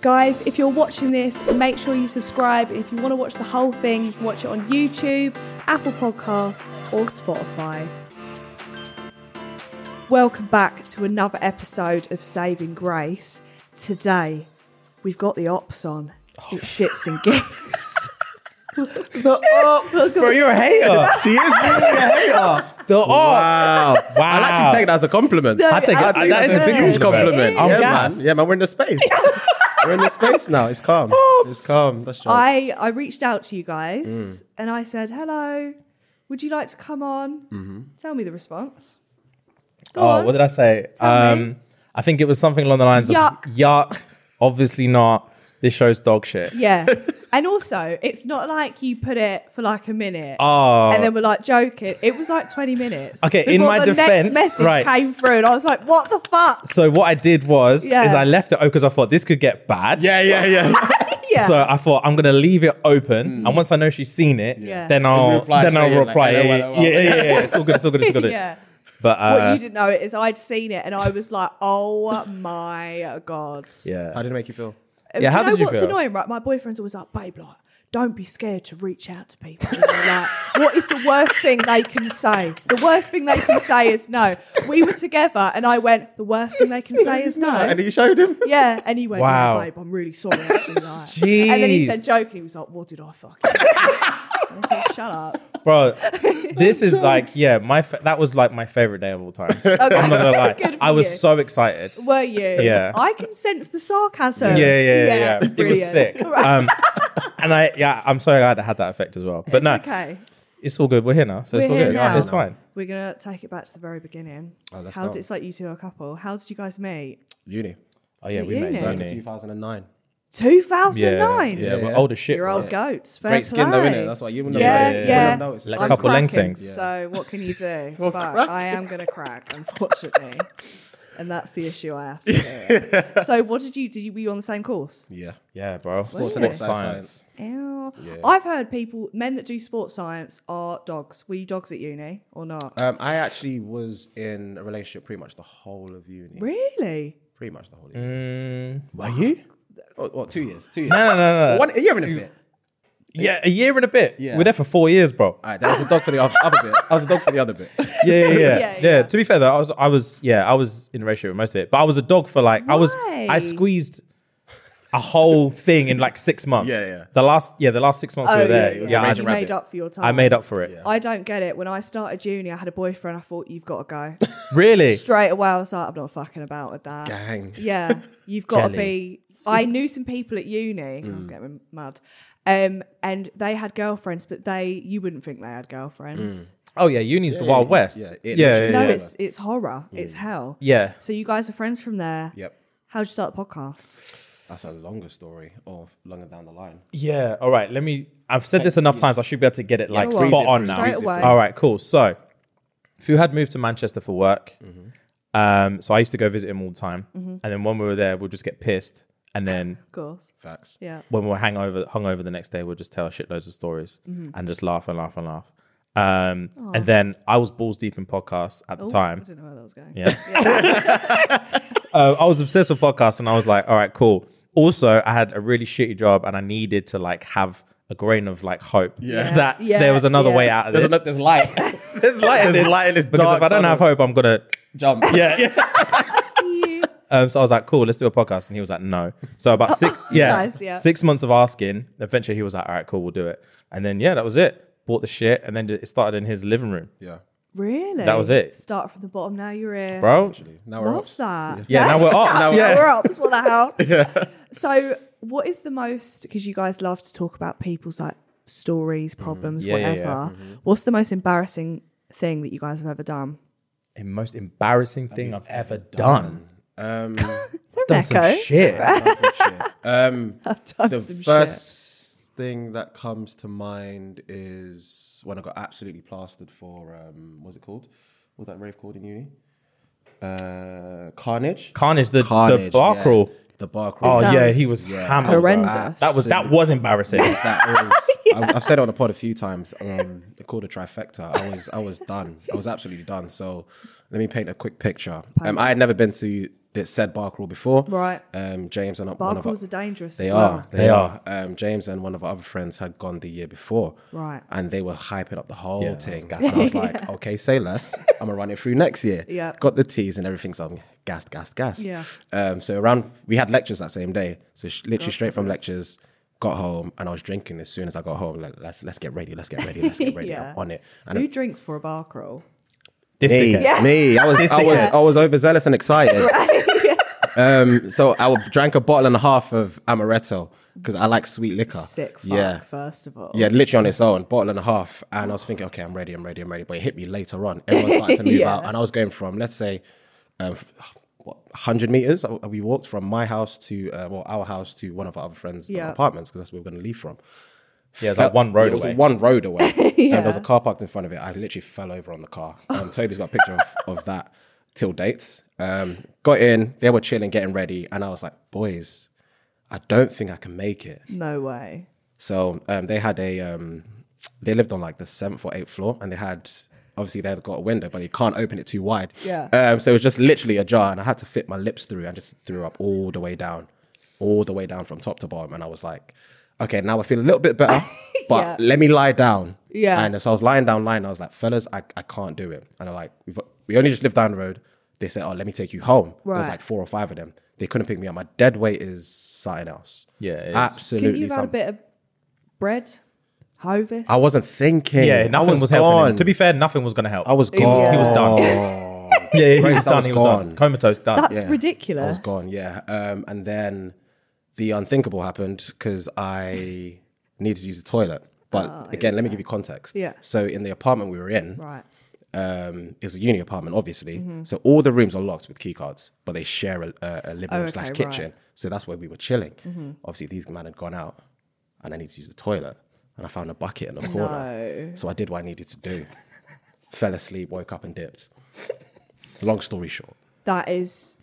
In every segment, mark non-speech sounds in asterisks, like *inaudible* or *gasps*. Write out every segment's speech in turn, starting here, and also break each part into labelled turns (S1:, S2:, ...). S1: Guys, if you're watching this, make sure you subscribe. If you want to watch the whole thing, you can watch it on YouTube, Apple Podcasts, or Spotify. Welcome back to another episode of Saving Grace. Today, we've got the ops on. It sits and gigs.
S2: *laughs*
S3: Bro, you're a hater. she is really a hater. The wow. Wow.
S2: I'll actually take that as a compliment.
S3: I take it-
S2: I'll take
S3: that
S2: that
S3: is
S2: as a
S3: a
S2: huge compliment.
S3: compliment. I'm
S2: yeah,
S3: gassed.
S2: Man. yeah, man, we're in the space. we're in the space now. It's calm. It's calm. That's jokes.
S1: I, I reached out to you guys and I said, hello, would you like to come on? Tell me the response. Go
S3: Oh,
S1: on.
S3: what did I say?
S1: Tell me.
S3: Um, I think it was something along the lines
S1: Yuck.
S3: of yuck. Obviously not. This show's dog shit. *laughs*
S1: Yeah. and also, it's not like you put it for like a minute.
S3: Oh.
S1: And then we're like joking. It was like 20 minutes.
S3: Okay, in
S1: before
S3: my
S1: the
S3: defense-
S1: next message
S3: right.
S1: came through, and I was like, "What the
S3: *laughs*
S1: fuck?"
S3: so what I did was
S1: Yeah.
S3: is I left it open because I thought this could get bad.
S2: yeah, yeah, yeah.
S1: Yeah,
S3: So I thought I'm gonna leave it open, and once I know she's seen it,
S1: Yeah.
S3: then I'll
S2: Mm. reply
S3: then I'll
S2: straight in, like,
S3: reply. yeah,
S2: hello, hello,
S3: yeah,
S2: hello.
S3: yeah, yeah, yeah. It's all good. It's all good. It's all good.
S1: *laughs* yeah.
S3: But uh,
S1: what you didn't know is I'd seen it, and I was like, "Oh my god!"
S3: *laughs* yeah,
S2: How did it make you feel?
S1: And
S3: Yeah,
S1: do
S3: how
S1: you know
S3: did you
S1: what's
S3: feel?
S1: annoying, right? My boyfriend's always like, "Babe, like, don't be scared to reach out to people." And I'm like, what is the worst thing they can say? The worst thing they can say is no. We were together, and I went, "The worst thing they can say is
S3: *laughs*
S1: no."
S2: And you showed him.
S1: Yeah, and he went, wow.
S3: Wow.
S1: babe, I'm really sorry. Actually, like.
S3: *laughs*
S1: And then he
S3: Jeez.
S1: said, joking, he was like, what did I fucking do?" I was like, shut up. *laughs*
S3: bro this is like yeah my fa- that was like my favorite day of all time
S2: *laughs*
S3: i'm not gonna lie
S1: Good for
S3: i was
S1: you.
S3: so excited
S1: Were you?
S3: Yeah.
S1: I can sense the sarcasm.
S3: yeah yeah yeah, yeah, it
S1: brilliant.
S3: was
S1: *laughs*
S3: sick um and i yeah i'm sorry i had that effect as well but
S1: It's
S3: no
S1: okay.
S3: it's all good we're here now so it's
S1: We're
S3: all
S1: here
S3: good
S1: now.
S3: it's fine
S1: We're going to take it back to the very beginning.
S2: Oh, let's
S1: How
S2: go.
S1: did, it's like you two are a couple. How did you guys meet?
S2: Uni.
S3: oh yeah
S1: it
S3: we met
S1: you?
S3: so
S1: Uni.
S2: 2009.
S3: yeah,
S1: 2009?
S3: yeah, we're
S2: Yeah.
S3: older shit.
S1: You're
S3: right?
S1: old goats. Fair
S2: Great skin though,
S1: play.
S2: innit? That's why you know.
S1: Yeah,
S3: yeah,
S1: yeah.
S2: Notice.
S3: Like
S1: I'm
S3: couple
S1: cracking,
S3: lengthings. Yeah.
S1: So what can you do? Fuck, I am going to crack, unfortunately, and that's the issue I have to deal with. So what did you do? You, were you on the same course?
S2: Yeah.
S3: Yeah, bro. Sports
S1: and
S2: exercise science.
S1: Ew. I've heard people, men that do sports science, are dogs. Were you dogs at uni or
S3: Uh,
S1: not?
S2: Um, I actually was in a relationship pretty much the whole of uni.
S1: really?
S2: Pretty much the whole of uni. Oh,
S3: Were you?
S2: What, what, two years? Two years.
S3: No, no, no, no.
S2: One, a year and a bit.
S3: Yeah, a year and a bit.
S2: Yeah.
S3: We're there for four years,
S2: *laughs*
S3: bro.
S2: All right, that was a dog for the other, other bit. I was a dog for the other bit. *laughs*
S3: yeah, yeah, yeah,
S1: *laughs* Yeah,
S3: yeah,
S1: yeah.
S3: To be fair though, I was, I was, yeah, I was in a relationship with most of it, but I was a dog for like, I was,
S1: Why?
S3: I squeezed a whole thing in like six months.
S2: Yeah, yeah.
S3: The last, yeah, the last six months we were there. Yeah,
S2: was
S3: I,
S2: a
S1: Oh, you
S2: major
S1: made
S2: rabbit.
S1: up for your time.
S3: I made up for it.
S1: I don't get it. When I started uni, I had a boyfriend. I thought you've got to go
S3: Really?
S1: straight away. I was like, I'm not fucking about with that.
S2: Gang.
S1: Yeah, you've got to
S3: Jelly. Mm.
S1: be. I knew some people at uni. I was getting mad, um, and they had girlfriends, but they you wouldn't think they had girlfriends.
S3: Oh yeah, uni's the Wild
S2: yeah,
S3: West.
S2: yeah,
S3: Yeah,
S2: it
S3: yeah,
S2: literally
S3: yeah.
S1: No,
S3: yeah. Mm.
S1: it's it's horror. It's hell.
S3: Yeah.
S1: So you guys are friends from there.
S2: Yep.
S1: How'd you start the podcast?
S2: That's a longer story, or longer down the line.
S3: Yeah, All right. Let me. I've said this enough times. I should be able to get it like
S1: Go on.
S3: spot on
S2: Breeze it
S3: now.
S2: through,
S1: Straight away.
S3: All right, cool. So, Fu had moved to Manchester for work.
S2: Mm-hmm.
S3: Um, so I used to go visit him all the time, and then when we were there, we'd just get pissed, and
S2: *laughs*
S3: then
S1: Of course.
S2: Facts.
S1: Yeah.
S3: when we're hangover hungover the next day, we'll just tell shitloads of stories
S2: Mm-hmm.
S3: and just laugh and laugh and laugh. Um, and then I was balls deep in podcasts at the
S2: Oh,
S1: Oh, I
S3: time.
S1: didn't know where that was going.
S3: Yeah, Uh, I was obsessed with podcasts, and I was like, all right, cool. Also, I had a really shitty job, and I needed to like have a grain of like hope
S2: Yeah.
S3: that
S1: Yeah,
S3: there was another
S1: yeah.
S3: way out of
S2: There's,
S3: this.
S2: a, there's light.
S3: there's light in
S2: *laughs* there's
S3: this,
S2: light in this
S3: because if
S2: dark
S3: I don't
S2: tunnel.
S3: have hope, I'm
S2: *laughs*
S3: gonna *laughs*
S2: Jump.
S3: yeah. yeah.
S1: You-
S3: Um, so I was like, cool, let's do a podcast. And he was like, no. So about
S1: *laughs*
S3: six, yeah,
S1: Nice, yeah.
S3: six months of asking. Eventually, he was like, all right, cool, we'll do it. And then yeah, that was it. Bought the shit, and then it started in his living room,
S2: Yeah.
S1: *laughs* Really?
S3: That was it.
S1: Start from the bottom. Now you're here.
S3: bro.
S2: Now we're
S1: Love
S2: off.
S1: that.
S3: Yeah, now we're ops,
S1: Now
S3: yeah.
S1: we're ops. What the
S2: *laughs*
S1: hell? So, what is the most? Because you guys love to talk about people's like stories,
S2: Mm-hmm.
S1: problems,
S3: Yeah, yeah,
S1: whatever.
S3: yeah.
S1: What's the most embarrassing thing that you guys have ever done? *laughs*
S3: The most embarrassing thing I've ever done.
S1: *laughs*
S2: Um,
S3: Done some
S1: Echo.
S3: shit.
S1: *laughs*
S2: um,
S1: I've done
S2: the
S1: some shit.
S2: first thing that comes to mind is when I got absolutely plastered for um, what's it called? What's that rave called in uni? Uh, Carnage.
S3: Carnage, the the
S2: Carnage,
S3: bar
S2: yeah.
S3: crawl.
S2: The bar crawl.
S3: Oh
S1: sounds
S3: yeah, he was
S2: Yeah.
S3: hammered.
S1: horrendous.
S3: That was that was embarrassing.
S1: *laughs*
S2: That was, I, I've said it on the pod a few times. Um, they called a trifecta. I was, I was done. I was absolutely done. So, let me paint a quick picture. Um, I had never been to it said Barker before.
S1: Right.
S2: Um, James and one of our,
S1: Barkles are dangerous.
S2: they
S1: as
S2: are.
S1: well.
S3: They are.
S2: Um, James and one of our other friends had gone the year before.
S1: Right.
S2: And they were hyping up the whole
S3: Yeah, I was
S2: thing.
S3: gassed
S2: And I
S1: *laughs*
S2: was like, okay, say less. I'm going to run it through next year.
S1: Yeah.
S2: Got the teas and everything. So I'm gassed, gassed, gassed.
S1: Yeah.
S2: Um, so around, we had lectures that same day. So sh- literally straight from lectures, got home and I was drinking as soon as I got home. Like, let's, let's get ready. Let's get ready.
S1: *laughs*
S2: Let's get ready.
S1: Yeah.
S2: I'm on it. And
S1: Who drinks for a bar crawl?
S3: This
S2: me,
S3: dickhead.
S2: me. I was, I was,
S1: dickhead.
S2: I was overzealous
S1: *laughs*
S2: and excited. *laughs* um, so I drank a bottle and a half of amaretto because I like sweet liquor.
S1: Sick fuck,
S2: Oh, Yeah,
S1: first of all.
S2: yeah, literally on its own, bottle and a half. And I was thinking, okay, I'm ready, I'm ready, I'm ready. But it hit me later on. Everyone started to
S1: *laughs*
S2: move
S1: Yeah.
S2: out, and I was going from let's say, um, what, 100 meters. uh, We walked from my house to uh, well, our house to one of our other friends'
S1: Yeah.
S2: apartments because that's where we we're going to leave from.
S3: Yeah, it's like one road
S2: It was
S3: away.
S2: one
S1: *laughs*
S2: road away. And there was
S1: Yeah.
S2: a car parked in front of it. I literally fell over on
S1: *laughs*
S2: the car. Um, Toby's got a picture of, of that till dates. Um, got in, they were chilling, getting ready, and I was like, boys, I don't think I can make it.
S1: No way.
S2: So um, they had a um, they lived on like the seventh or eighth floor, and they had obviously they had got a window, but they can't open it too wide.
S1: Yeah.
S2: Um, so it was just literally ajar, and I had to fit my lips through, and just threw up all the way down, all the way down from top to bottom, and I was like, okay, now I feel a little
S1: *laughs*
S2: bit better, but
S1: Yeah.
S2: let me lie down.
S1: Yeah.
S2: And so I was lying down, lying. I was like, fellas, I, I can't do it. And I'm like, We've, we only just live down the road. They said, oh, let me take you home. There was
S1: Right.
S2: like four or five of them. They couldn't pick me up. My dead weight is something else.
S3: Yeah, it is.
S2: absolutely.
S1: Can you add a
S2: something-
S1: bit of bread? Hovis?
S2: I wasn't thinking.
S3: Yeah,
S2: I
S3: nothing was, helping.
S2: gone.
S3: Him. To be fair, nothing was going to help.
S2: I was
S3: He was, he was done.
S2: gone.
S3: Yeah, yeah, he
S2: Grace,
S3: was
S2: I
S3: done.
S2: was
S3: He was done.
S2: gone.
S3: Comatose done.
S1: That's
S2: Yeah.
S1: ridiculous.
S2: I was gone. Yeah, um, and then the unthinkable happened because I needed to use the toilet. But again, let me give you context.
S1: Oh, Yeah.
S2: So in the apartment we were in,
S1: Right.
S2: um, it's a uni apartment, obviously.
S1: Mm-hmm.
S2: So all the rooms are locked with key cards, but they share a, a, a living room
S1: Oh, okay,
S2: slash
S1: right. Mm-hmm.
S2: kitchen. So that's where we were chilling. Obviously, these men had gone out, and I needed to use the toilet, and I found a bucket in the corner. So I did what I needed
S1: *laughs*
S2: to do. Fell asleep, woke up, and dipped. Long story short.
S1: That is.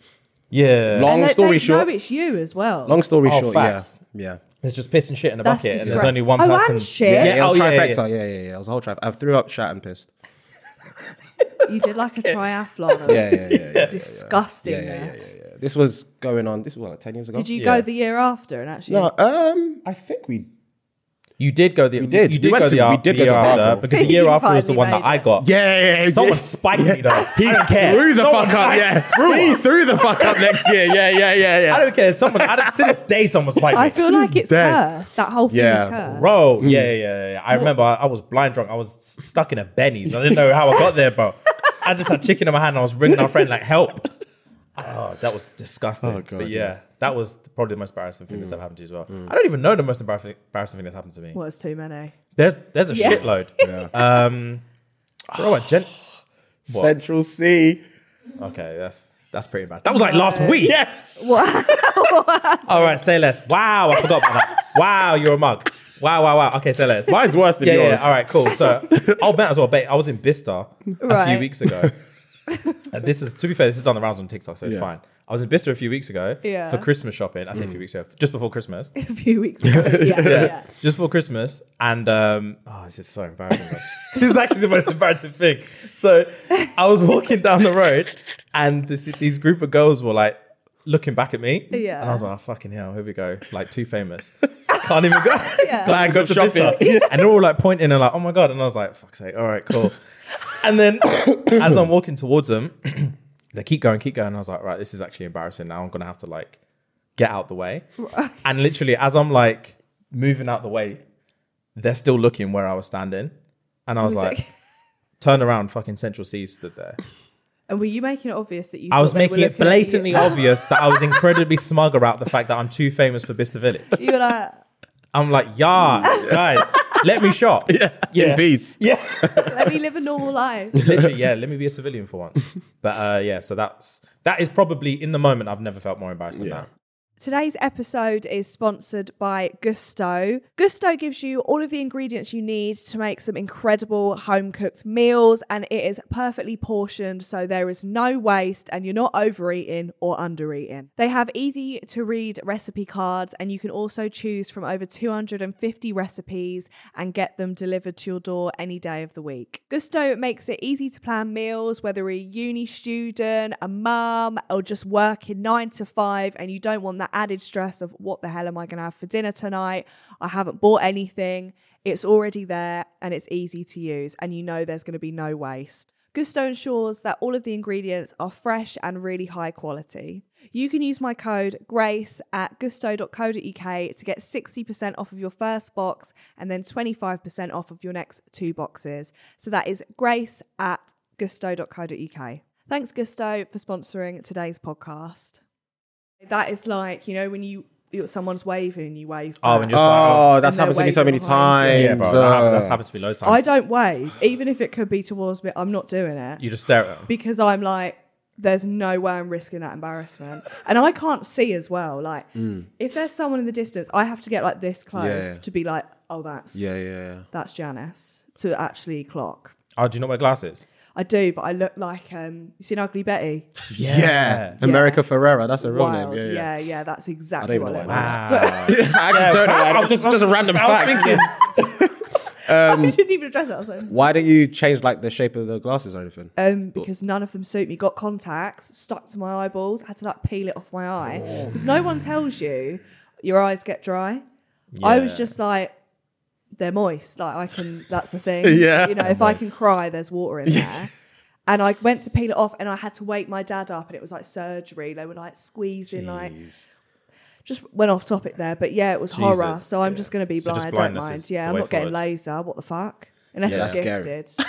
S3: Yeah.
S2: Long
S1: and they,
S2: story
S1: they
S2: short.
S1: know it's you as well.
S2: Long story
S3: Uh, Oh,
S2: short.
S3: facts.
S2: Yeah. Yeah.
S3: There's just piss and shit in a
S1: That's
S3: bucket, and there's
S1: disgrace-
S3: only one
S1: Oh,
S3: person.
S1: and shit.
S3: Yeah,
S2: Yeah, it
S3: oh,
S2: was
S3: yeah, yeah, yeah.
S2: trifecta. Yeah, yeah, yeah. It was a whole trifecta. I threw up, shat, and
S1: *laughs*
S2: pissed.
S1: you did
S2: *laughs*
S1: like a triathlon. of
S2: Yeah, yeah, yeah. yeah, yeah, yeah.
S1: Disgustingness.
S2: Yeah, yeah, yeah, yeah, yeah. This was going on. This was what, like ten years ago.
S1: Did you
S3: Yeah.
S1: go the year after and actually?
S2: No, um, I think we
S3: You did go the. We
S2: did.
S3: You
S2: We
S3: did
S2: went
S3: go
S2: to-
S3: the.
S2: we
S3: We
S2: did
S3: did
S2: go to
S3: after
S2: Barbados.
S3: because the year
S1: *laughs* You
S3: after was the
S1: finally
S3: one that
S1: made
S3: I
S1: it.
S3: got.
S4: Yeah, yeah, yeah.
S3: Someone
S4: yeah.
S3: spiked me
S2: *laughs*
S3: though. I don't care.
S4: threw the
S3: Someone-
S4: fuck up.
S3: I-
S4: Yeah, he threw the fuck up next year. Yeah, yeah, yeah,
S3: I
S4: yeah.
S3: don't care. Someone I don't, to this day, someone spiked me.
S1: I feel like it's
S4: Dead.
S1: cursed. That whole thing
S2: Yeah.
S1: is cursed.
S3: Bro, yeah, yeah, yeah, yeah. I remember I, I was blind drunk. I was s- stuck in a Benny's. I didn't know how I got there, bro. I just had chicken in my hand. And I was ringing our friend like, "Help!" Oh, that was disgusting.
S2: Oh, God,
S3: but yeah,
S2: yeah.
S3: that was probably the most embarrassing thing that's ever happened to you as well. I don't even know the most embarrassing, embarrassing thing that's happened to me.
S1: Well, it's too many.
S3: There's there's a
S1: Yeah.
S3: shitload. Um, bro, I gen- What?
S2: Central C.
S3: okay, that's that's pretty embarrassing. That was like last week. Yeah.
S1: What?
S3: *laughs* All right, say less. Wow, I forgot about that. Wow, you're a mug. Wow, wow, wow. Okay, say less.
S2: Mine's worse than
S3: yeah, yeah,
S2: yours.
S3: yeah. All right, cool. So,
S2: *laughs*
S3: oh, man, as well, babe, I was in Bicester a few
S1: Right.
S3: weeks ago. and this is, to be fair, this is on the rounds on TikTok, so it's
S2: Yeah. Mm.
S3: fine. I was in Bicester a few weeks ago
S1: Yeah.
S3: for Christmas shopping. I say a few weeks ago, just before Christmas.
S1: *laughs* a few weeks
S2: *laughs*
S1: ago. Yeah, *laughs* yeah.
S3: Yeah, *laughs* just before Christmas. And, um, oh, it's just so embarrassing.
S2: *laughs*
S3: bro. this is actually the most embarrassing thing. So, I was walking down the road, and this, these group of girls were like, Looking back at me,
S1: Yeah.
S3: and I was like, oh, "Fucking hell, here we go!" Like too famous, can't even go.
S1: Yeah.
S3: Bags
S2: Go
S3: of
S2: to
S3: shopping. *laughs*
S2: Bicester.
S3: and they're all like pointing and like, oh my god. And I was like, fuck's sake, all right,
S1: *laughs*
S3: cool. and then *coughs* as I'm walking towards them, *coughs* they keep going, keep going. And I was like, right, this is actually embarrassing. Now I'm gonna have to like get out
S1: *laughs*
S3: the way. and literally, as I'm like moving out the way, they're still looking where I was standing. And I was
S1: Was
S3: like,
S1: it-
S3: *laughs* turn around, fucking Central C
S1: *laughs*
S3: stood there.
S1: And were you making it obvious that you?
S3: I
S1: thought
S3: was
S1: they were
S3: making it
S1: looking at you?
S3: blatantly obvious that I
S1: *laughs*
S3: was incredibly smug about the fact that I'm too famous for Bicester Village.
S1: You were like,
S3: I'm like,
S1: *laughs*
S3: yeah, guys, let me shop. Yeah.
S2: In peace.
S3: Yeah.
S1: let me live a normal life.
S3: literally yeah let me be a civilian for once but uh yeah so that's that is probably in the moment i've never felt more embarrassed than
S2: Yeah.
S3: that
S1: Today's episode is sponsored by Gusto. Gusto gives you all of the ingredients you need to make some incredible home cooked meals, and it is perfectly portioned so there is no waste and you're not overeating or undereating. They have easy to read recipe cards, and you can also choose from over 250 recipes and get them delivered to your door any day of the week. Gusto makes it easy to plan meals, whether you're a uni student, a mum, or just working nine to five, and you don't want that added stress of what the hell am I going to have for dinner tonight? I haven't bought anything. It's already there and it's easy to use, and you know there's going to be no waste. Gusto ensures that all of the ingredients are fresh and really high quality. You can use my code GRACE at gusto.co.uk to get 60% off of your first box and then 25% off of your next two boxes. So that is grace at gusto.co.uk. Thanks, Gusto, for sponsoring today's podcast. That is like, you know, when you you're- someone's waving and you wave.
S3: Oh,
S1: back.
S3: and you're just like,
S2: Oh,
S1: And
S2: that's
S1: they're
S2: happened to me so
S1: waving
S2: many
S1: behind
S3: oh,
S2: times.
S3: yeah, bro. that
S2: uh,
S3: happened- that's happened to me loads of times.
S1: I don't wave, even if it could be towards me. I'm not doing it.
S3: You just stare at them.
S1: because I'm like, there's no way I'm risking that embarrassment. and I can't see as well. Like, if there's someone in the distance, I have to get like this close
S2: Mm. Yeah.
S1: to be like, oh, that's
S2: yeah, yeah, yeah.
S1: that's Janice to actually clock.
S3: Oh, do you not wear glasses?
S1: I do, but I look like um, you seen Ugly Betty.
S2: Yeah. America Ferrera, that's her real
S1: Wild,
S2: name. Yeah, yeah. *laughs*
S1: yeah, that's exactly
S2: even
S1: what
S2: know
S1: it
S2: why
S1: was.
S3: Wow. *laughs*
S4: I actually don't know. I, *laughs* just, just a random
S3: I was
S4: fact.
S3: thinking,
S1: *laughs* I didn't even address it. I was like,
S2: Why don't you change like the shape of the glasses or anything?
S1: um, because none of them suit me. Got contacts stuck to my eyeballs. Had to like peel it off my eye
S3: Oh.
S1: because no one tells you your eyes get dry. I was
S3: Yeah.
S1: just like, they're moist. Like I can. That's the
S3: *laughs*
S1: thing.
S4: Yeah.
S1: You know, if I can cry, there's water in there. And I went to peel it off, and I had to wake my dad up, and it was like surgery. They were like squeezing, like just went off topic there. But yeah, it was horror. So I'm just going to be
S3: So just
S1: blind. don't
S3: blindness
S1: mind.
S3: is
S1: Yeah,
S3: the
S1: I'm
S3: way
S1: not getting
S3: forward.
S1: laser. What the fuck? Unless
S2: Yeah,
S1: it's
S2: that's scary.
S1: gifted.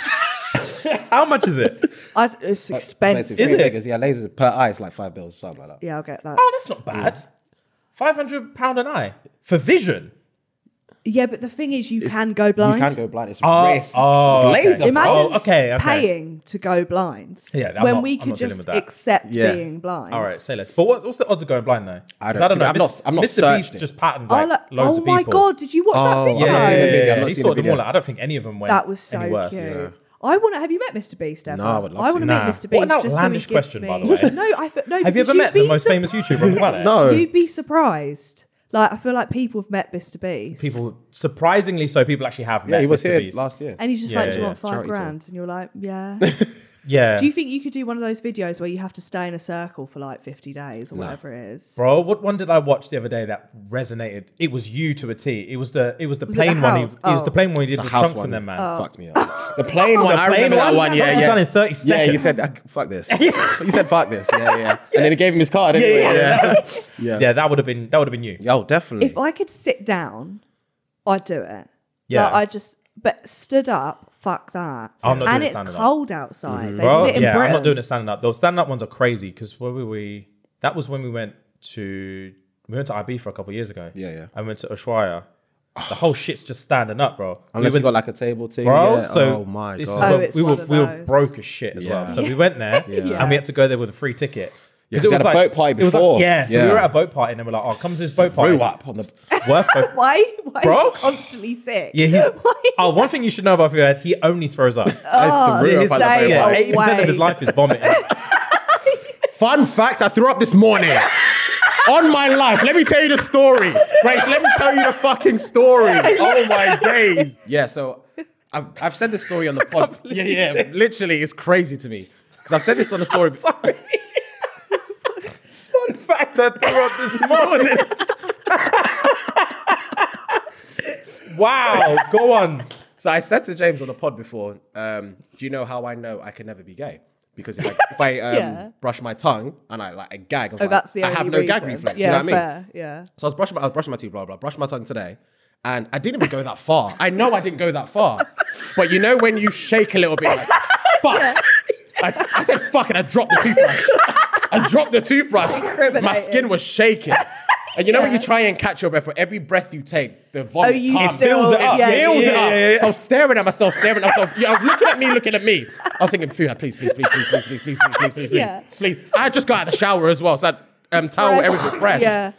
S3: how much
S4: *laughs*
S3: is it?
S1: I'd, it's expensive.
S3: Is it?
S2: Yeah, lasers per eye is like five bills, something like that.
S1: Yeah, I'll get that.
S3: Oh, that's not bad. Five hundred pound an eye for vision.
S1: Yeah, but the thing is, you can go blind.
S2: You can go blind. It's
S3: Oh,
S2: risk.
S3: oh,
S2: it's laser.
S3: okay.
S2: bro.
S1: Imagine
S3: Oh, okay, okay.
S1: paying to go blind.
S3: Yeah, I'm
S1: when
S3: not-
S1: we
S3: I'm
S1: could
S3: not dealing
S1: just
S3: with that.
S1: accept
S2: Yeah.
S1: being blind.
S3: All right, say less. But what, what's the odds of going blind though?
S2: I don't-
S3: 'Cause
S2: to be- I'm not- I'm not
S3: Mr. Beast
S2: searching.
S3: just patterned
S1: I'll
S3: like,
S1: let-
S3: loads
S1: oh
S3: of people.
S1: my god, did you watch
S2: Oh,
S1: that
S3: Yeah,
S1: video?
S2: I've not
S3: yeah,
S2: seen the
S3: yeah,
S2: video,
S3: yeah,
S2: I've not
S3: He
S2: seen
S3: saw
S2: the
S3: them
S2: video.
S3: all. out. I don't think any of them went.
S1: That was so
S3: any worse.
S1: cute. I want to. Have you met Mr. Beast ever?
S2: No, I would love
S1: I want
S2: to.
S1: meet
S3: Nah.
S1: Mr. Beast.
S3: What an
S1: just
S3: outlandish
S1: so he gives
S3: question,
S1: me. *laughs*
S3: by the way.
S1: no, I fe- no.
S3: Have you
S1: because
S3: ever
S1: you'd
S3: met the
S1: be
S3: most
S1: sur-
S3: famous YouTuber on the planet?
S2: *laughs* No.
S1: You'd be surprised. Like I feel like people have met Mr. Beast,
S3: People, surprisingly so, people actually have met
S2: yeah, he was
S3: Mr.
S2: here
S3: Beast.
S2: last year.
S1: and he's just
S3: Yeah,
S1: like,
S3: yeah,
S1: "Do you
S3: yeah.
S1: want five
S2: Charity tour.
S1: grand?" And you're like,
S2: *laughs*
S1: "Yeah."
S3: Yeah.
S1: Do you think you could do one of those videos where you have to stay in a circle for like 50 days or whatever it is?
S3: Bro, what one did I watch the other day that resonated? It was you to a T. It was the it was the
S1: Was it
S3: plane
S1: the
S3: one. He,
S1: house?
S3: it was the
S1: Oh.
S3: plane one he did
S2: The
S3: with
S2: house
S3: chunks
S2: one
S3: in them, man.
S2: Fucked me up. The plane
S3: The
S2: one. I
S3: plane
S2: remember that one. Yeah,
S3: Chunks was
S2: yeah.
S3: done in thirty
S2: Yeah,
S3: seconds.
S2: you said "Ah, fuck this.
S3: *laughs*
S2: you said fuck this. Yeah, yeah. And then he gave him his card. anyway.
S3: yeah, yeah.
S2: *laughs* yeah.
S3: yeah, that would have been that would have been you.
S2: Yeah, Oh, definitely.
S1: If I could sit down, I'd do it.
S3: Yeah.
S1: Like, I just, but stood up, fuck that.
S3: I'm not
S1: and
S3: doing it
S1: it's
S3: standing up.
S1: cold outside. They
S3: Bro,
S1: did it in
S3: yeah,
S1: Britain.
S3: I'm not doing the standing up. Those standing up ones are crazy because where were we? That was when we went to we went to IB for a couple of years ago.
S2: Yeah, yeah.
S3: I went to Ushuaia. The whole shit's just standing up, bro.
S2: Unless
S3: we went,
S2: you got like a table too.
S3: bro.
S2: yeah.
S3: So
S2: oh my
S3: this is
S2: god.
S1: Oh,
S3: where
S1: it's
S3: we
S1: one
S3: were
S1: of
S3: we were
S1: those.
S3: broke as shit as
S2: Yeah.
S3: well. So we went
S2: *laughs*
S3: there and we had to go there with a free ticket. Because
S2: 'cause we had a boat party
S3: it was like-
S2: before.
S3: yeah, so
S2: Yeah.
S3: we were at a boat party and then we're like, oh, come to this boat party.
S2: Threw up on the.
S3: *laughs* Worst boat.
S1: *laughs* Why? Why
S3: Bro?
S1: are you constantly sick? *laughs*
S3: Yeah, he's.
S1: Why?
S3: Oh, one thing you should know about Fuad, he only throws
S1: *laughs*
S3: up.
S1: Oh,
S2: I
S3: His-
S2: threw up at the
S1: stay
S2: boat
S1: away.
S3: yeah,
S2: party.
S3: eighty percent of his life is
S1: *laughs*
S3: vomiting.
S2: Fun fact: I threw up this
S1: *laughs*
S2: morning. On my life, let me tell you the story, Grace. Let me tell you the
S1: *laughs*
S2: fucking story. Oh my days! Yeah, so I've, I've said this story on the pod. Yeah, yeah, literally, it's crazy to me because I've said this on
S1: *laughs*
S2: the story. *laughs*
S3: Sorry. Fun fact, I threw up this morning. wow, go on.
S2: So I said to James on the pod before, um, "Do you know how I know I can never be gay?" Because if I,
S1: *laughs*
S2: if I um,
S1: Yeah.
S2: brush my tongue and I like I gag, I, was
S1: Oh,
S2: like,
S1: that's the
S2: I
S1: only
S2: have no gag
S1: reason.
S2: reflex.
S1: Yeah,
S2: you know what I mean?
S1: fair. Yeah.
S2: So I was brushing my, I was brushing my teeth, blah, blah, brushing my tongue today. And I didn't even go that far. I know I didn't go that far. But you know when you shake a little bit,
S1: *laughs*
S2: like, fuck. I, I said fuck and I dropped the toothbrush. I dropped the toothbrush. My
S1: Incriminating.
S2: skin was shaking. And you know when you try and catch your breath, for every breath you take, the vomit
S1: Oh, you
S2: comes.
S1: still-
S3: builds it up.
S1: yeah,
S2: Builds
S3: yeah,
S2: it up.
S3: yeah, yeah, yeah.
S2: So I'm staring at myself, staring at myself. Yeah, I'm looking at me, looking at me. I was thinking, Fuhad, please, please, please, please, please, please, please, please, please, please,
S1: Yeah.
S2: please. I just got out of the shower as well, so I um, towel
S1: Fresh.
S2: everything fresh.
S1: Yeah.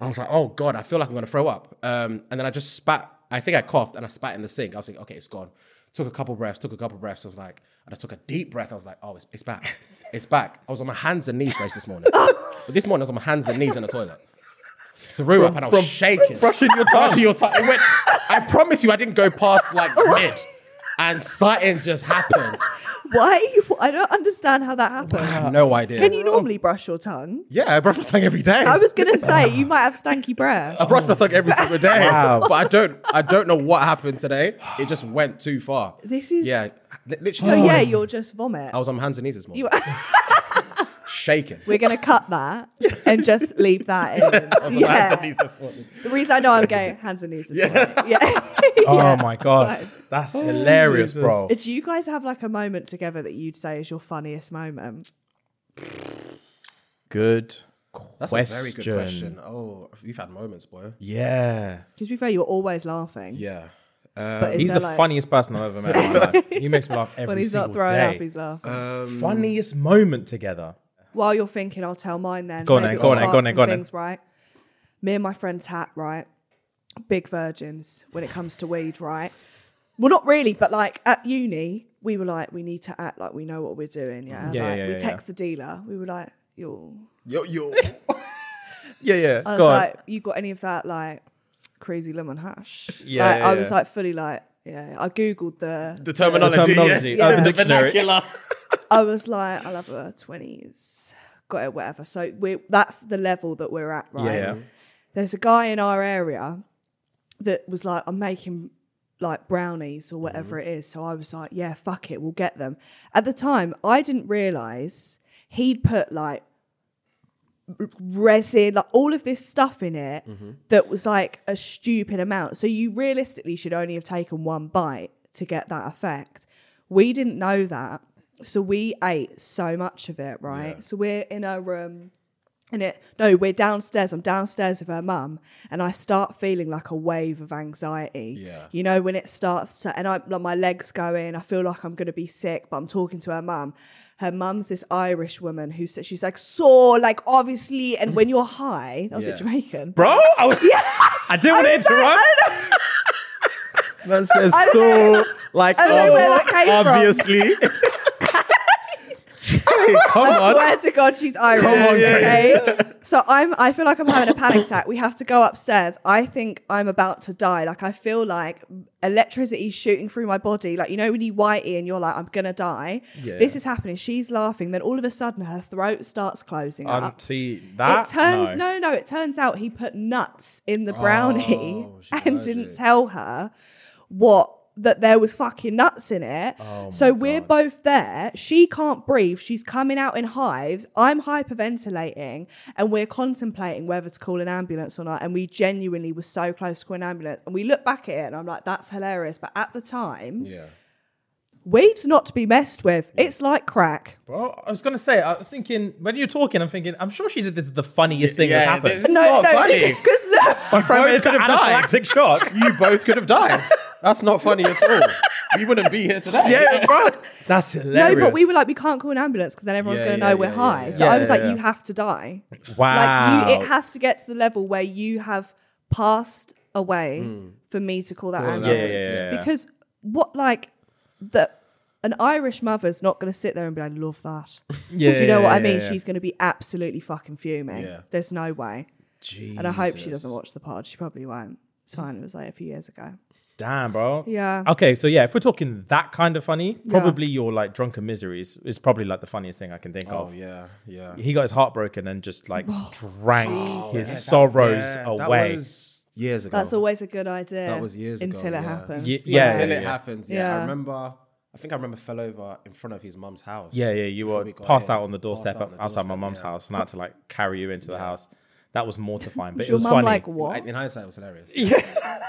S2: I was like, oh God, I feel like I'm going to throw up. Um, and then I just spat. I think I coughed and I spat in the sink. I was like, okay, it's gone. Took a couple breaths, took a couple breaths. I was like, and I took a deep breath. I was like, oh, it's, it's back. It's back. I was on my hands and knees guys,
S1: *laughs*
S2: this morning. this morning, I was on my hands and knees in the toilet. Threw up and I was shaking.
S3: *laughs* brushing your tongue.
S2: Brushing your tongue. It went, I promise you, I didn't go past like mid. And something just happened.
S1: Why? *laughs* I don't understand how that happened.
S2: I have no idea.
S1: Can you normally brush your tongue?
S2: Yeah, I brush my tongue every day.
S1: I was
S3: *laughs*
S1: gonna say you might have stanky breath.
S2: I brush my tongue every single day. But I don't I don't know what happened today. It just went too far.
S1: This is-
S2: Yeah. li- Literally.
S1: So yeah, you're just vomit.
S2: I was on my hands and knees this morning.
S1: You- *laughs*
S2: shaking.
S1: We're gonna cut that and just leave that
S2: *laughs* I was
S1: in.
S2: on my hands
S1: Yeah.
S2: and knees this morning.
S1: The reason I know I'm gay, hands and knees this morning. Yeah.
S2: *laughs*
S1: *laughs* Oh,
S3: Oh my god, that's hilarious, bro.
S1: Do you guys have like a moment together that you'd say is your funniest moment?
S3: Good
S2: That's
S3: question.
S2: a very good question. Oh, we've had moments, boy.
S3: Yeah,
S1: Because to be fair, you're always laughing.
S2: Yeah.
S1: But is
S3: he's
S1: there,
S3: the
S1: like,
S3: funniest person I've ever met. in my
S1: *laughs*
S3: life. He makes me laugh every
S1: When he's
S3: single
S1: not throwing
S3: day.
S1: up, he's laughing.
S3: funniest moment together.
S1: While you're thinking, I'll tell mine then.
S3: Go on
S1: Maybe
S3: then,
S1: it'll
S3: go on then,
S1: spark
S3: go on then,
S1: some
S3: go on then.
S1: Things, right? Me and my friend Tat, right? Big virgins when it comes to weed, right? Well, not really, but like at uni, we were like, we need to act like we know what we're doing. Yeah.
S3: Yeah,
S1: like,
S3: yeah,
S1: we
S3: yeah,
S1: text the dealer. We were like, you're. *laughs*
S2: Yo, yo.
S3: Yeah, yeah.
S1: I was
S3: Go on.
S1: like, you got any of that like crazy lemon hash?
S3: Yeah,
S1: Like,
S3: yeah,
S1: I was
S3: yeah.
S1: like fully like, yeah. I googled the
S2: The terminology.
S3: terminology,
S2: yeah.
S3: Urban
S4: The
S3: Dictionary.
S4: vernacular.
S1: I was like, I love her twenties, got it, whatever. So we that's the level that we're at, right?
S3: Yeah.
S1: There's a guy in our area that was like, I'm making like brownies or whatever it is. So I was like, yeah, fuck it, we'll get them. At the time, I didn't realize he'd put like r- resin, like all of this stuff in it that was like a stupid amount. So you realistically should only have taken one bite to get that effect. We didn't know that. So we ate so much of it, right? So we're in a room and it no, we're downstairs. I'm downstairs with her mum, and I start feeling like a wave of anxiety.
S2: Yeah.
S1: You know, when it starts to and I like my legs go in, I feel like I'm gonna be sick, but I'm talking to her mum. Her mum's this Irish woman who said she's like, so like obviously, and when you're high, that was a
S2: Yeah.
S1: bit Jamaican. *laughs*
S3: bro. I, was, I didn't want to interrupt.
S2: That says
S1: I don't
S2: so like um,
S1: I don't know where that came from. *laughs*
S2: obviously. Hey, come
S1: I
S2: on.
S1: swear to God, she's Irish.
S2: on,
S1: okay? So I'm. I feel like I'm having a panic attack. We have to go upstairs. I think I'm about to die. Like I feel like electricity shooting through my body. Like you know when you whitey and you're like, I'm gonna die. This is happening. She's laughing. Then all of a sudden, her throat starts closing
S3: Um,
S1: up.
S3: see that?
S2: Ah,
S1: it turns no.
S3: no.
S1: no, It turns out he put nuts in the brownie *laughs*
S2: she
S1: and
S2: knows
S1: didn't
S2: it.
S1: tell her what that there was fucking nuts in it.
S2: Oh
S1: so we're both there. She can't breathe. She's coming out in hives. I'm hyperventilating, and we're contemplating whether to call an ambulance or not. And we genuinely were so close to calling an ambulance. And we look back at it, and I'm like, "That's hilarious." But at the time,
S2: Yeah.
S1: weed's not to be messed with. It's like crack.
S3: Bro, I was gonna say. I was thinking when you're talking. I'm thinking. I'm sure she said this is the funniest thing
S2: yeah,
S3: that happened.
S2: this- It's not
S1: *laughs*
S2: funny.
S1: because no.
S3: From
S2: both
S3: it's an
S2: could have died.
S3: anaphylactic
S2: *laughs*
S3: shock.
S2: You both could have died. That's not funny at all. We wouldn't be here today.
S3: yeah, bro. That's
S1: No,
S3: hilarious.
S1: but we were like, we can't call an ambulance because then everyone's
S2: Yeah,
S1: going to
S2: yeah,
S1: know we're
S2: yeah,
S1: high.
S2: yeah,
S1: So
S3: yeah.
S1: I was
S3: Yeah,
S1: like,
S3: yeah,
S1: you have to die.
S3: wow.
S1: Like, you, it has to get to the level where you have passed away for me to call that
S2: Hmm. an
S1: ambulance.
S3: ambulance, yeah, yeah.
S1: Because what, like, the an Irish mother's not going to sit there and be like, love that.
S3: yeah,
S1: Do you know
S3: yeah,
S1: what I
S3: yeah,
S1: mean?
S3: yeah.
S1: She's going to be absolutely fucking fuming.
S2: Yeah.
S1: There's no way.
S2: Jesus.
S1: And I hope she doesn't watch the pod. She probably won't. It's fine. It was like a few years ago.
S3: damn, bro.
S1: Yeah.
S3: Okay, so yeah, if we're talking that kind of funny, probably your like drunken miseries is probably like the funniest thing I can think
S2: Oh
S3: of.
S2: yeah, yeah.
S3: He got his heart broken and just like
S1: Oh,
S3: drank his sorrows away.
S2: That was years ago.
S1: That's always a good idea.
S2: Oh. That was years ago,
S1: Until it
S2: yeah.
S1: happens.
S3: Ye- yeah,
S2: Until
S3: yeah.
S2: it happens. Yeah, I
S1: Yeah.
S2: remember. I think I remember fell over in front of his mum's house.
S3: Yeah, yeah, you
S2: before
S3: were
S2: we got
S3: passed
S2: here.
S3: out on the doorstep
S2: Passed out on the
S3: outside my
S2: doorstep,
S3: mum's
S2: yeah.
S3: house, and I had to like carry you into the house. That was mortifying, but it
S1: Your
S3: was
S1: mum,
S3: funny.
S1: like, what?
S2: In hindsight, it was hilarious. Yeah.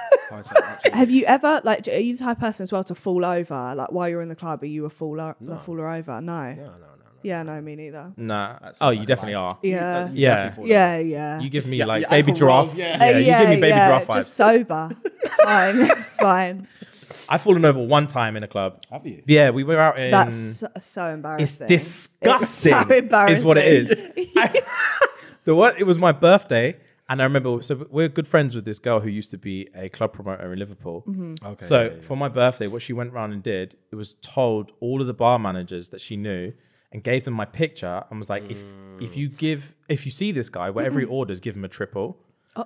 S1: *laughs*
S2: actually,
S1: Have you ever like? Are you the type of person as well to fall over? Like while you're in the club, are you a faller, a faller over? No.
S2: no, no, no, no.
S1: Yeah, no, me neither.
S3: nah.
S2: That sounds
S3: Oh, you
S2: like a
S3: definitely
S2: lie.
S3: are.
S1: You- Yeah.
S2: you definitely
S3: Yeah.
S2: fall over.
S1: Yeah, yeah.
S3: You give me
S2: Yeah,
S3: like
S2: yeah,
S3: baby
S2: Uncle Rolf,
S3: giraffe.
S4: yeah.
S3: Yeah,
S1: Uh,
S3: you give me baby
S1: yeah,
S3: giraffe vibes.
S1: Just sober.
S3: *laughs*
S1: fine, it's fine.
S3: I've fallen over one time in a club.
S2: Have you?
S3: Yeah, we were out in.
S1: Oh. That's so, so
S3: Um, it's
S1: embarrassing.
S3: disgusting.
S1: *laughs* It's so embarrassing. *laughs*
S3: Is what it is. I- the what? It was my birthday, And I remember, so we're good friends with this girl who used to be a club promoter in Liverpool.
S1: Mm-hmm.
S2: Okay,
S3: So
S2: yeah, yeah,
S3: for my birthday, what she went round and did, it was told all of the bar managers that she knew and gave them my picture and was like, if if
S2: Mm.
S3: you give, if you see this guy, whatever he orders, give him a triple.
S1: Oh.
S3: and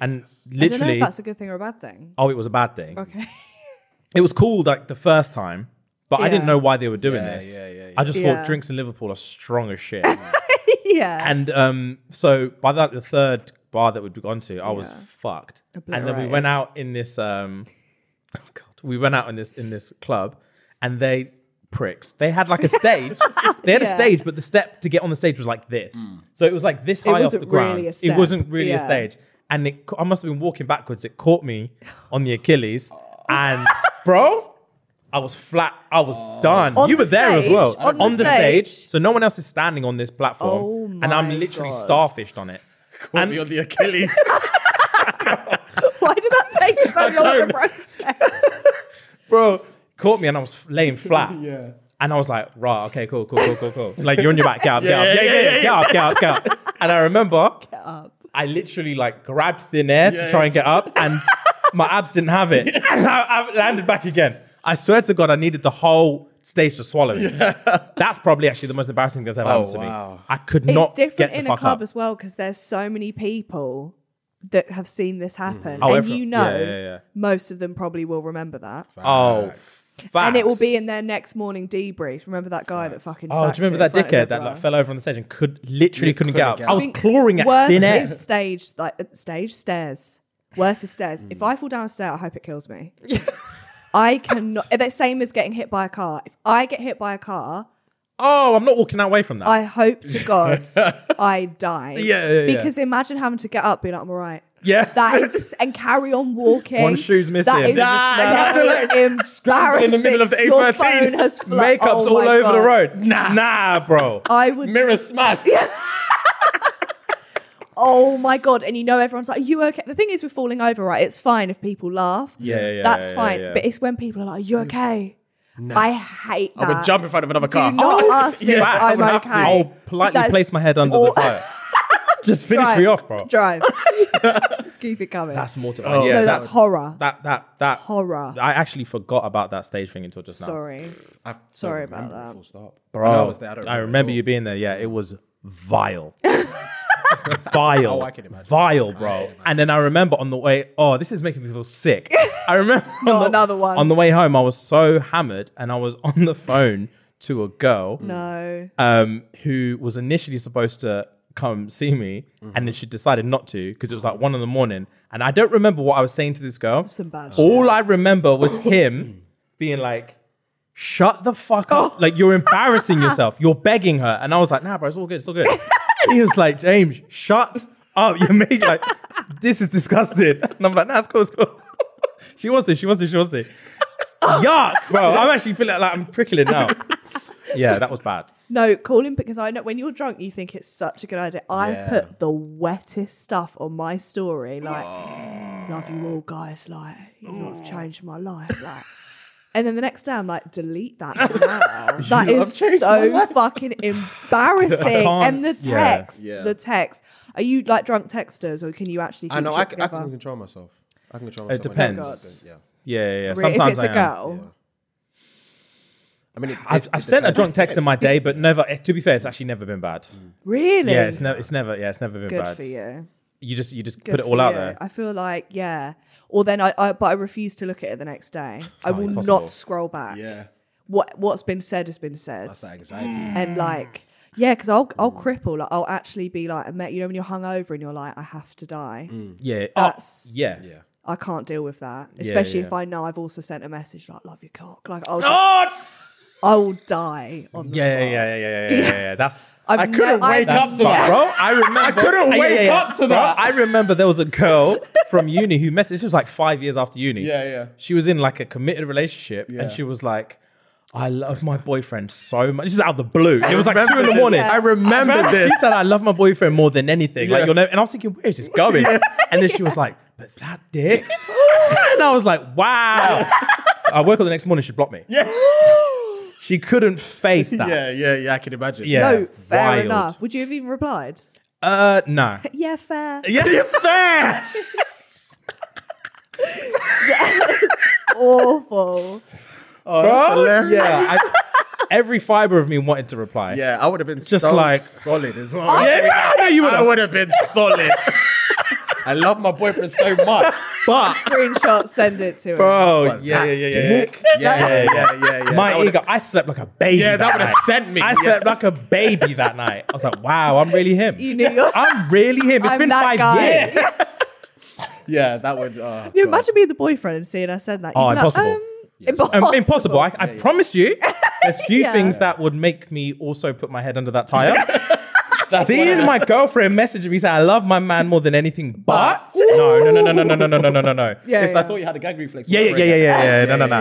S1: I don't know if
S3: literally,
S1: that's a good thing or a bad thing.
S3: oh, it was a bad thing.
S1: Okay. *laughs*
S3: It was cool like the first time, but I didn't
S1: Yeah.
S3: know why they were doing
S2: Yeah,
S3: this.
S2: yeah, yeah,
S3: I just
S1: Yeah.
S3: thought drinks in Liverpool are strong as
S1: *laughs*
S3: shit.
S1: yeah.
S3: And um, so by that the third bar that we'd gone to, I was
S1: Yeah.
S3: fucked. And then we
S1: Obliterated.
S3: went out in this um, oh god, we went out in this in this club, and they pricks. They had
S1: *laughs*
S3: like a stage. they had a
S1: Yeah.
S3: stage, but the step to get on the stage was like this. So it was like this high off
S1: wasn't
S3: the ground.
S1: really a
S3: It
S1: step.
S3: wasn't really a
S1: Yeah.
S3: stage, and it ca- I must have been walking backwards. It caught me on the Achilles, and bro. I was flat. I was done.
S1: On
S3: you were
S1: the
S3: there as
S1: stage?
S3: well
S1: On the stage?
S3: so no one else is standing on this platform,
S1: Oh
S3: and I'm
S1: my
S3: literally
S1: God.
S3: starfished on it.
S4: Caught me on the
S2: *laughs*
S4: Achilles.
S1: Why did that take
S3: *laughs*
S1: so long to process?
S3: Bro, caught me and I was f-
S1: *laughs*
S3: laying flat. yeah. And I was like, right, okay, cool, cool, cool, cool, cool. like you're on your back, get up,
S4: Yeah,
S3: get up, yeah,
S4: yeah,
S3: yeah,
S4: yeah,
S3: yeah, get up, get up, get up. And I remember,
S1: Up.
S3: I literally like grabbed thin air to
S4: Yeah,
S3: try and get up, and my abs didn't have it, and I, *laughs* I landed back again. I swear to God, I needed the whole stage to swallow me. *laughs* That's probably actually the most embarrassing thing that's ever happened to
S2: wow.
S3: me. I could
S1: Oh, It's
S3: not get
S1: different
S3: the
S1: in a
S3: fuck
S1: club
S3: up.
S1: as well because there's so many people that have seen this happen,
S3: Oh,
S1: and
S3: everyone-
S1: you
S3: yeah,
S1: know
S3: yeah, yeah.
S1: most of them probably will remember that.
S3: Oh,
S1: And it will
S3: facts.
S1: be in their next morning debrief. Remember that guy that fucking.
S3: Oh,
S1: sacked
S3: do you
S1: it
S3: remember
S1: in
S3: that
S1: front of
S3: dickhead that like
S1: everyone?
S3: fell over on the stage and could literally couldn't
S2: Yeah, couldn't
S3: get up?
S2: get
S3: I
S2: up.
S3: was
S1: think
S3: clawing at
S1: worse
S3: thin air.
S1: is stage like uh, stage stairs. Worse is stairs. If I fall down a stair, I hope it kills me. *laughs* I cannot. The same as getting hit by a car. If I get hit by a car,
S3: Oh, I'm not walking away from that.
S1: I hope to
S3: *laughs*
S1: God I die.
S3: Yeah, yeah, yeah.
S1: Because imagine having to get up, being like, I'm all right.
S3: *laughs* yeah,
S1: That
S3: *laughs*
S1: is, and carry on walking.
S3: One shoe's missing.
S1: That is
S3: Nah,
S1: very
S3: you have to,
S4: *laughs*
S1: embarrassing.
S4: in the middle of the
S1: Your
S4: A13.
S1: phone has fla-
S3: makeup's
S1: Oh
S3: all
S1: my
S3: over the
S1: God.
S3: road. Nah, nah, bro.
S1: I would.
S4: Mirror
S1: *laughs*
S4: smash.
S1: Oh my god! And you know everyone's like, "Are you okay?" The thing is, with falling over, right? It's fine if people laugh.
S3: Yeah, yeah, yeah,
S1: that's
S3: yeah,
S1: fine.
S3: yeah. Mm.
S1: But it's when people are like, "Are you okay?" I hate that.
S4: I would jump in front of another car.
S1: Do not ask me if
S4: yeah, I
S1: I'm
S4: would have
S1: okay.
S4: to.
S3: Oh, I'll politely
S1: That's-
S3: place my head under
S1: all- *laughs*
S3: the tire. Just finish
S1: Drive.
S3: me off, bro. *laughs*
S1: Drive. Keep it coming.
S3: That's mortifying. yeah,
S1: no, that's
S3: that's
S1: horror.
S3: that that that
S1: Horror.
S3: I actually forgot about that stage thing until just now.
S1: Sorry.
S2: I've-
S1: Sorry
S2: I don't
S1: about
S2: remember
S1: that.
S2: Full stop.
S3: Bro,
S2: I,
S3: I,
S2: know I was there, I don't
S3: remember,
S2: at
S3: you
S2: all.
S3: being there. Yeah, it was vile. *laughs* vile.
S2: Oh, I can imagine.
S3: Vile, bro. And then I remember on the way, oh, this is making me feel
S2: *laughs*
S3: sick. I remember on
S1: Not
S3: the-
S1: another one.
S3: On the way home, I was so hammered and I was on the phone to a girl
S1: No.
S3: um, who was initially supposed to come see me and then she decided not to because it was like one in the morning and I don't remember what I was saying to this girl.
S1: Some bad
S3: All I remember was him *coughs* being like, shut the fuck up.
S1: *laughs*
S3: Like you're embarrassing yourself. You're begging her. And I was like, nah, bro, it's all good. It's all
S1: *laughs*
S3: good. he was like, James, shut up. You're making like, this is disgusting. *laughs* And I'm like, nah, it's cool, it's cool. *laughs* she wants to, she wants to, she
S1: *laughs*
S3: wants to. Yuck, bro. I'm actually feeling like I'm prickling now. yeah, that was bad.
S1: No, calling because I know when you're drunk, you think it's such a good idea. I
S2: Yeah.
S1: put the wettest stuff on my story, like "Love you all, guys." Like you lot have changed my life. Like, and then the next day, I'm like, delete that.
S2: *laughs*
S1: now. that is so fucking embarrassing. And
S3: can't-
S1: the
S3: yeah.
S1: text,
S2: Yeah.
S1: the text. Are you like drunk texters, or can you actually? Keep
S2: I know.
S1: shit
S2: I, c- I
S1: together?
S2: can control myself. I can control myself.
S3: depends.
S2: I know- yeah.
S3: Yeah, yeah, yeah.
S1: Re- if
S3: Sometimes
S1: it's a
S3: I am.
S1: girl,
S2: I mean, it,
S3: Oh. I've,
S2: it-
S3: I've
S2: it
S3: sent a
S2: depends.
S3: drunk text in my day, but never. eh, To be fair, it's actually never been bad.
S1: really?
S3: Yeah, it's never. It's never. Yeah, it's never been
S1: good
S3: bad.
S1: for you.
S3: You just you just
S1: Good
S3: put it
S1: for
S3: all out
S1: you.
S3: there.
S1: I feel like yeah. Or then I, I but I refuse to look at it the next day. I will
S3: impossible.
S1: not scroll back.
S2: Yeah,
S1: What what's been said has been said.
S2: that's that anxiety.
S3: Mm.
S1: And like yeah, because I'll I'll cripple. Like I'll actually be like, I met- you know, when you're hungover and you're like, I have to die.
S4: Mm.
S3: Yeah. Oh,
S1: That's-
S3: yeah.
S2: Yeah.
S1: I can't deal with that,
S3: Yeah,
S1: especially
S3: yeah.
S1: if I know I've also sent a message like "love your cock." Like I'll,
S3: Oh!
S1: I will die on the
S3: Yeah,
S1: spot.
S3: yeah, yeah, yeah, yeah, yeah, yeah, yeah. That's.
S1: I've
S4: I couldn't
S1: ne- I've-
S4: wake up
S3: that's
S4: to
S3: bad.
S4: that.
S3: bro. I remember. I
S4: couldn't wake up to that.
S3: I remember there was a girl from uni who messaged. This was like five years after uni.
S4: Yeah, yeah.
S3: She was in like a committed relationship,
S2: Yeah.
S3: and she was like, "I love my boyfriend so much." This is out of the blue. It was like two in the morning.
S1: Yeah. I
S4: remember
S3: She
S4: this.
S3: said, "I love my boyfriend more than anything."
S4: Yeah.
S3: Like, you'll never, and I was thinking, "Where is this going?" And then she was like, "But that dick," *laughs* and I was like, "Wow." I woke up the next morning. She blocked me.
S2: *laughs*
S4: Yeah.
S3: She couldn't face that.
S2: yeah, yeah, yeah. I can imagine.
S3: Yeah.
S2: *laughs*
S1: No, fair
S3: Wild. *laughs*
S1: enough. Would you have even replied?
S3: Uh, no.
S1: Yeah, fair.
S3: Yeah, you're fair. *laughs*
S1: Awful.
S2: Oh,
S3: Bro, yeah. I, every fiber of me wanted to reply.
S2: Yeah, I would have been
S3: Just
S2: so
S3: like-
S2: solid as well.
S3: Yeah, yeah, you would
S4: I
S3: have.
S4: would have
S3: *laughs*
S4: been solid.
S2: I love my boyfriend so much, but
S1: Screenshot, send it to him.
S3: Bro,
S2: But
S3: yeah, yeah,
S2: that
S3: yeah, yeah.
S2: dick? yeah, yeah, yeah, yeah, yeah.
S3: My ego, I slept like a baby.
S4: Yeah, that would have
S3: night.
S4: sent me.
S3: I slept like a baby that night. I was like, wow, I'm really him.
S1: You knew your
S3: I'm really him. It's
S1: I'm
S3: been
S1: that
S3: five
S1: guy.
S3: years.
S2: yeah, that would. Uh,
S1: Can you imagine being the boyfriend and seeing her send that?
S3: Oh,
S1: You'd be
S3: impossible.
S1: Like, um,
S3: Um,
S1: impossible.
S3: impossible. I, I promise you,
S1: *laughs*
S3: there's few
S1: Yeah.
S3: things that would make me also put my head under
S4: *laughs*
S3: that tire. Seeing my girlfriend messaging me saying I love my man more than anything, but no, no, no, no, no, no, no, no, no, no, no, no.
S1: *laughs* Yeah,
S2: Yes,
S1: yeah.
S2: I thought you had a gag reflex.
S3: Yeah, yeah, yeah,
S2: Remember
S3: yeah,
S2: it?
S3: yeah, yeah, yeah. No, no, no.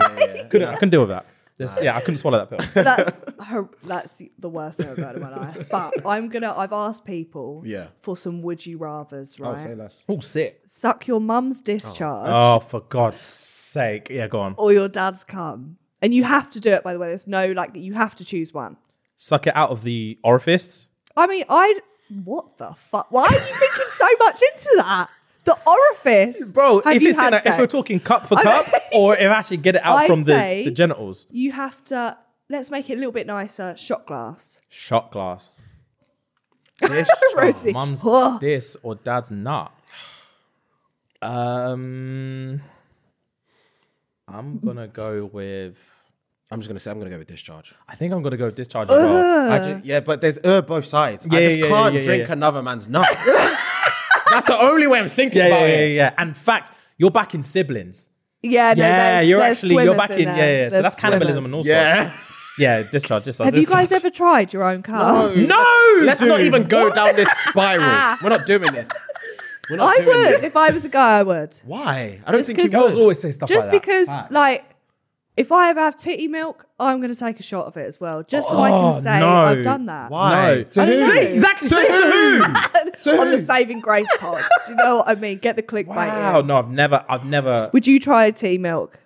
S3: Couldn't, I couldn't deal with that. This- yeah, I couldn't swallow that pill. *laughs*
S1: that's her, that's the worst thing I've heard in my life. But I'm gonna. I've asked people
S2: Yeah.
S1: for some would you rather's.
S2: Oh,
S1: Right.
S2: say
S3: *laughs*
S2: less.
S3: Oh, sick.
S1: Suck your mum's discharge
S3: Oh, for God's sake. Yeah, go on.
S1: or your dad's cum, and you have to do it. By the way, there's no like that. You have to choose one.
S3: Suck it out of the orifice.
S1: I mean, I. What the fuck? Why are you thinking so much into that? The orifice,
S3: Bro,
S1: Have
S3: if,
S1: you
S3: it's in
S1: had
S3: a, if we're
S1: sex?
S3: talking cup for
S1: I
S3: cup,
S1: mean-
S3: or if I actually get it out
S1: I
S3: from the,
S1: say-
S3: the genitals.
S1: you have to. Let's make it a little bit nicer. Shot glass.
S3: Shot glass.
S1: Rosie.
S3: Mum's
S1: Oh.
S3: this or dad's not. Um, I'm gonna go with.
S2: I'm just gonna say I'm gonna go with discharge.
S3: I think I'm gonna go discharge
S1: *laughs*
S3: as well.
S2: I ju- yeah, but there's uh both sides.
S3: Yeah,
S2: I just
S3: yeah, yeah,
S2: can't
S3: yeah, yeah,
S2: drink
S3: yeah.
S2: another
S3: *laughs*
S2: man's nut. That's the only way I'm thinking
S3: Yeah,
S2: about
S3: yeah, yeah,
S2: it.
S3: yeah. And fact, you're back in siblings.
S1: Yeah, no,
S3: yeah,
S1: there's-
S3: you're
S1: there's
S3: actually you're
S1: swimmers
S3: back in.
S1: there.
S3: yeah, yeah. So
S1: There's
S3: that's cannibalism
S1: swimmers.
S3: and all sorts.
S2: Yeah.
S3: Yeah, discharge, discharge.
S1: Have you
S3: discharge.
S1: guys ever tried your own cum?
S3: No,
S2: Let's not
S3: dude!
S2: even go down this spiral. *laughs* We're not doing this. We're not
S1: I
S2: doing
S1: would.
S2: this.
S1: If I was a guy, I would.
S2: Why? I don't
S1: Just
S2: think you
S1: 'cause-
S3: Girls
S2: would.
S3: always say stuff
S1: Just
S3: like
S1: because,
S3: that.
S1: like, if I ever have titty milk, I'm going to take a shot of it as well, just so I
S3: Oh,
S1: can say
S3: no.
S1: I've done that.
S2: Why?
S3: No.
S2: To
S1: I don't
S2: who?
S1: know.
S3: Say exactly. Say to who?
S1: On the Saving Grace pod. Do you know what I mean? Get the clickbait.
S3: Wow.
S1: in.
S3: No, I've never. I've never.
S1: Would you try tea milk?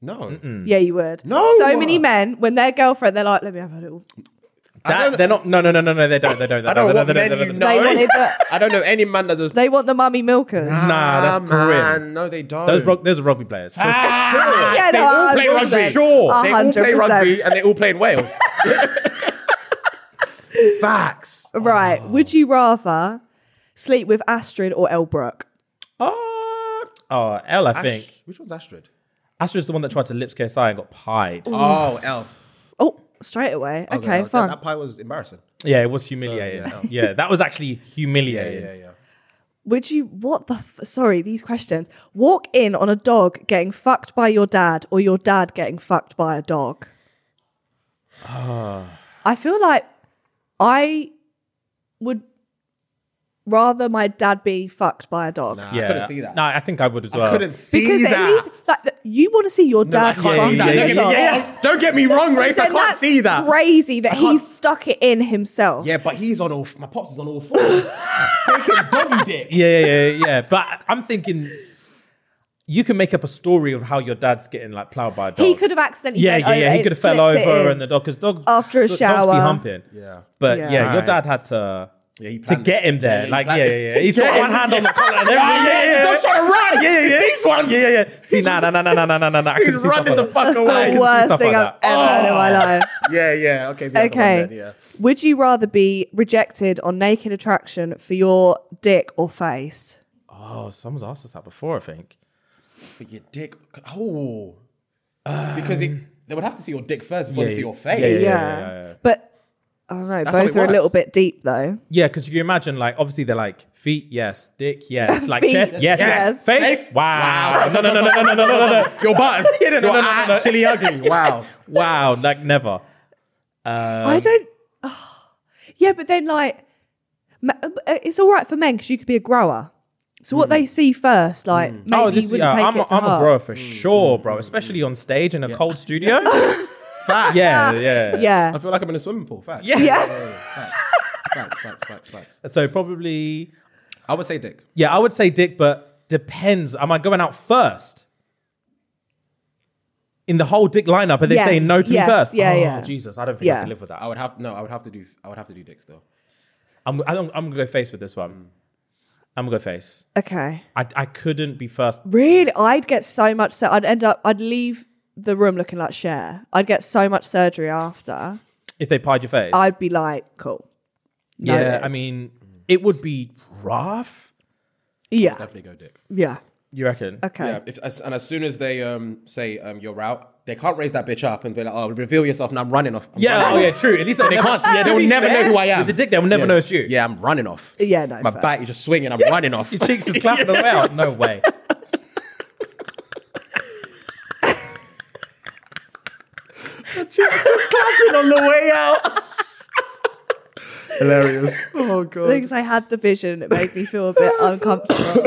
S2: No.
S1: Yeah, you would.
S2: No.
S1: So many men, when their girlfriend, they're like, let me have a little.
S3: That,
S2: don't-
S3: they're not. No, no, no, no, no. They don't. They don't. They
S2: I don't
S3: don't.
S2: want
S3: They don't.
S2: men
S3: They
S2: you
S3: don't.
S2: know.
S3: they
S1: They,
S2: No.
S1: wanted the,
S2: I don't know any man that does.
S1: they want the mummy milkers.
S3: don't. Nah, that's grim.
S2: man. Ah. No, they don't.
S3: Those,
S2: *laughs*
S3: rug- those are rugby players. For
S1: yeah,
S2: they
S1: no,
S2: all play
S1: 100%.
S2: rugby.
S3: Sure.
S2: They all play
S1: 100%.
S2: rugby and they all play
S1: *laughs*
S2: in Wales. Facts.
S1: Right.
S2: Ah.
S1: Would you rather sleep with Astrid or Elbrook?
S3: Oh, oh, L, I think.
S2: Ash- Which one's Astrid?
S3: Astrid's the one that tried to lips KSI and got pied.
S2: Oh, L.
S1: Oh, straight away. Okay, fun.
S2: That pie was embarrassing.
S3: Yeah, it was humiliating.
S2: So,
S3: yeah. that was actually humiliating.
S2: yeah.
S1: Would you, what the, f- sorry, these questions. Walk in on a dog getting fucked by your dad or your dad getting fucked by a dog?
S2: Ah.
S1: I feel like I would rather my dad be fucked by a dog.
S2: Nah, I couldn't see that.
S3: No, I think I would as well.
S2: I couldn't see
S1: Because
S2: that.
S1: at least, like, th- you want to see your
S2: No, I
S1: dad
S2: can't
S3: Yeah,
S1: fucked
S2: see
S1: by
S3: yeah, yeah,
S2: that.
S1: a
S3: yeah,
S1: dog.
S3: yeah.
S2: Don't get me wrong, Race. I
S1: Then
S2: can't
S1: that's
S2: see that.
S1: Crazy that he
S2: can't-
S1: stuck it in himself.
S2: Yeah, but he's on all. My pops is on all fours.
S1: *laughs*
S2: Taking body dick.
S3: Yeah, yeah, yeah, yeah. But I'm thinking you can make up a story of how your dad's getting like plowed by a dog.
S1: He could have accidentally.
S3: yeah,
S1: bent
S3: yeah, yeah.
S1: over
S3: He
S1: it,
S3: could have fell
S1: slipped it
S3: over
S1: in.
S3: and the dog because dog
S1: After a
S3: dog- dogs be
S1: shower.
S3: humping.
S2: Yeah.
S3: but
S1: Yeah.
S3: yeah, your
S2: Alright.
S3: dad had to
S2: Yeah, he
S3: to
S2: planned
S3: get
S2: it.
S3: him there.
S2: Yeah, he
S3: like *laughs*
S2: planned
S3: yeah,
S2: it.
S3: yeah, yeah. He's
S2: To
S3: got
S2: get
S3: one
S2: him.
S3: hand on the collar. And *laughs* everything. yeah, yeah, yeah.
S2: Don't try to run.
S3: Yeah, yeah, yeah.
S2: These ones.
S3: Yeah, yeah, yeah. See, nah, nah, nah, nah, nah, nah, nah, nah, nah. I couldn't
S2: He's
S3: see stuff
S2: running the
S3: like that.
S2: fuck
S1: That's
S2: away.
S1: the
S3: see
S1: worst
S3: stuff
S1: thing
S3: like Oh.
S1: I've ever heard in
S3: *laughs*
S1: my life.
S2: *laughs* Yeah, yeah. Okay. the other one
S1: Okay.
S2: then, yeah.
S1: Would you rather be rejected on naked attraction for your dick or face?
S3: Oh, someone's asked us that before, I think.
S2: For your dick. Oh. because it, they would have to see your dick first before they see your face.
S3: Yeah, yeah,
S1: Yeah. But I don't know.
S2: how
S1: both
S2: it
S1: are a little
S2: works.
S1: bit deep though.
S3: Yeah, because you can imagine, like, obviously they're like feet, yes, dick, *laughs* yes, like
S1: Feet,
S3: chest,
S1: yes.
S3: yes, yes, face, wow, no, no, no, no, no, no, no, no, no, *laughs* no.
S2: Your butters.
S3: Yeah, no, no, no,
S2: You're
S3: no, no.
S2: actually ugly. Wow.
S3: wow, like never. Um,
S1: I don't. *sighs* yeah, but then like, ma- uh, it's all right for men because you could be a grower. So what they see first, like maybe
S3: Hmm. oh, this,
S1: you wouldn't
S3: yeah,
S1: take
S3: I'm, a,
S1: it to
S3: I'm a
S1: heart.
S3: grower for sure, bro. Especially on stage in a cold *laughs* studio.
S2: Facts.
S3: yeah, yeah,
S1: Yeah.
S2: I feel like I'm in a swimming pool. Facts.
S3: *laughs* Yeah.
S1: Yeah.
S2: Facts. Facts. Facts. Facts. Facts.
S3: So probably,
S2: I would say dick.
S3: yeah, I would say dick, but depends. Am I going out first? In the whole dick lineup, are they
S1: Yes,
S3: saying no to
S1: yes,
S3: me first?
S1: yeah,
S3: oh,
S1: yeah.
S3: Jesus, I don't think I
S1: Yeah.
S3: can live with that.
S2: I would have no. I would have to do. I would have to do dick still.
S3: I'm, I don't, I'm gonna go face with this one. I'm gonna go face.
S1: Okay.
S3: I, I couldn't be first.
S1: Really, I'd get so much. So I'd end up. I'd leave the room looking like Cher. I'd get so much surgery after.
S3: If they pied your face,
S1: I'd be like, cool.
S3: yeah.
S1: noted.
S3: I mean, it would be rough.
S1: Yeah.
S2: Definitely go dick.
S1: Yeah.
S3: You reckon?
S1: Okay.
S2: Yeah, if, as, and as soon as they um, say um, you're out, they can't raise that bitch up and be like, "Oh, reveal yourself," and I'm running off. I'm
S3: Yeah.
S2: running
S3: Oh
S2: off.
S3: yeah. True. At least
S4: They can't
S3: *laughs*
S4: see it. They'll never know who I am.
S3: With the dick, they'll never know it's you.
S2: Yeah, I'm running off.
S1: Yeah, no,
S2: My
S1: fair.
S2: back is just swinging. I'm running off.
S3: Your cheeks
S4: *laughs*
S3: just clapping away. out. No way.
S2: just clapping on the way out. Hilarious. Oh god.
S1: Things I had the vision. It made me feel a bit uncomfortable.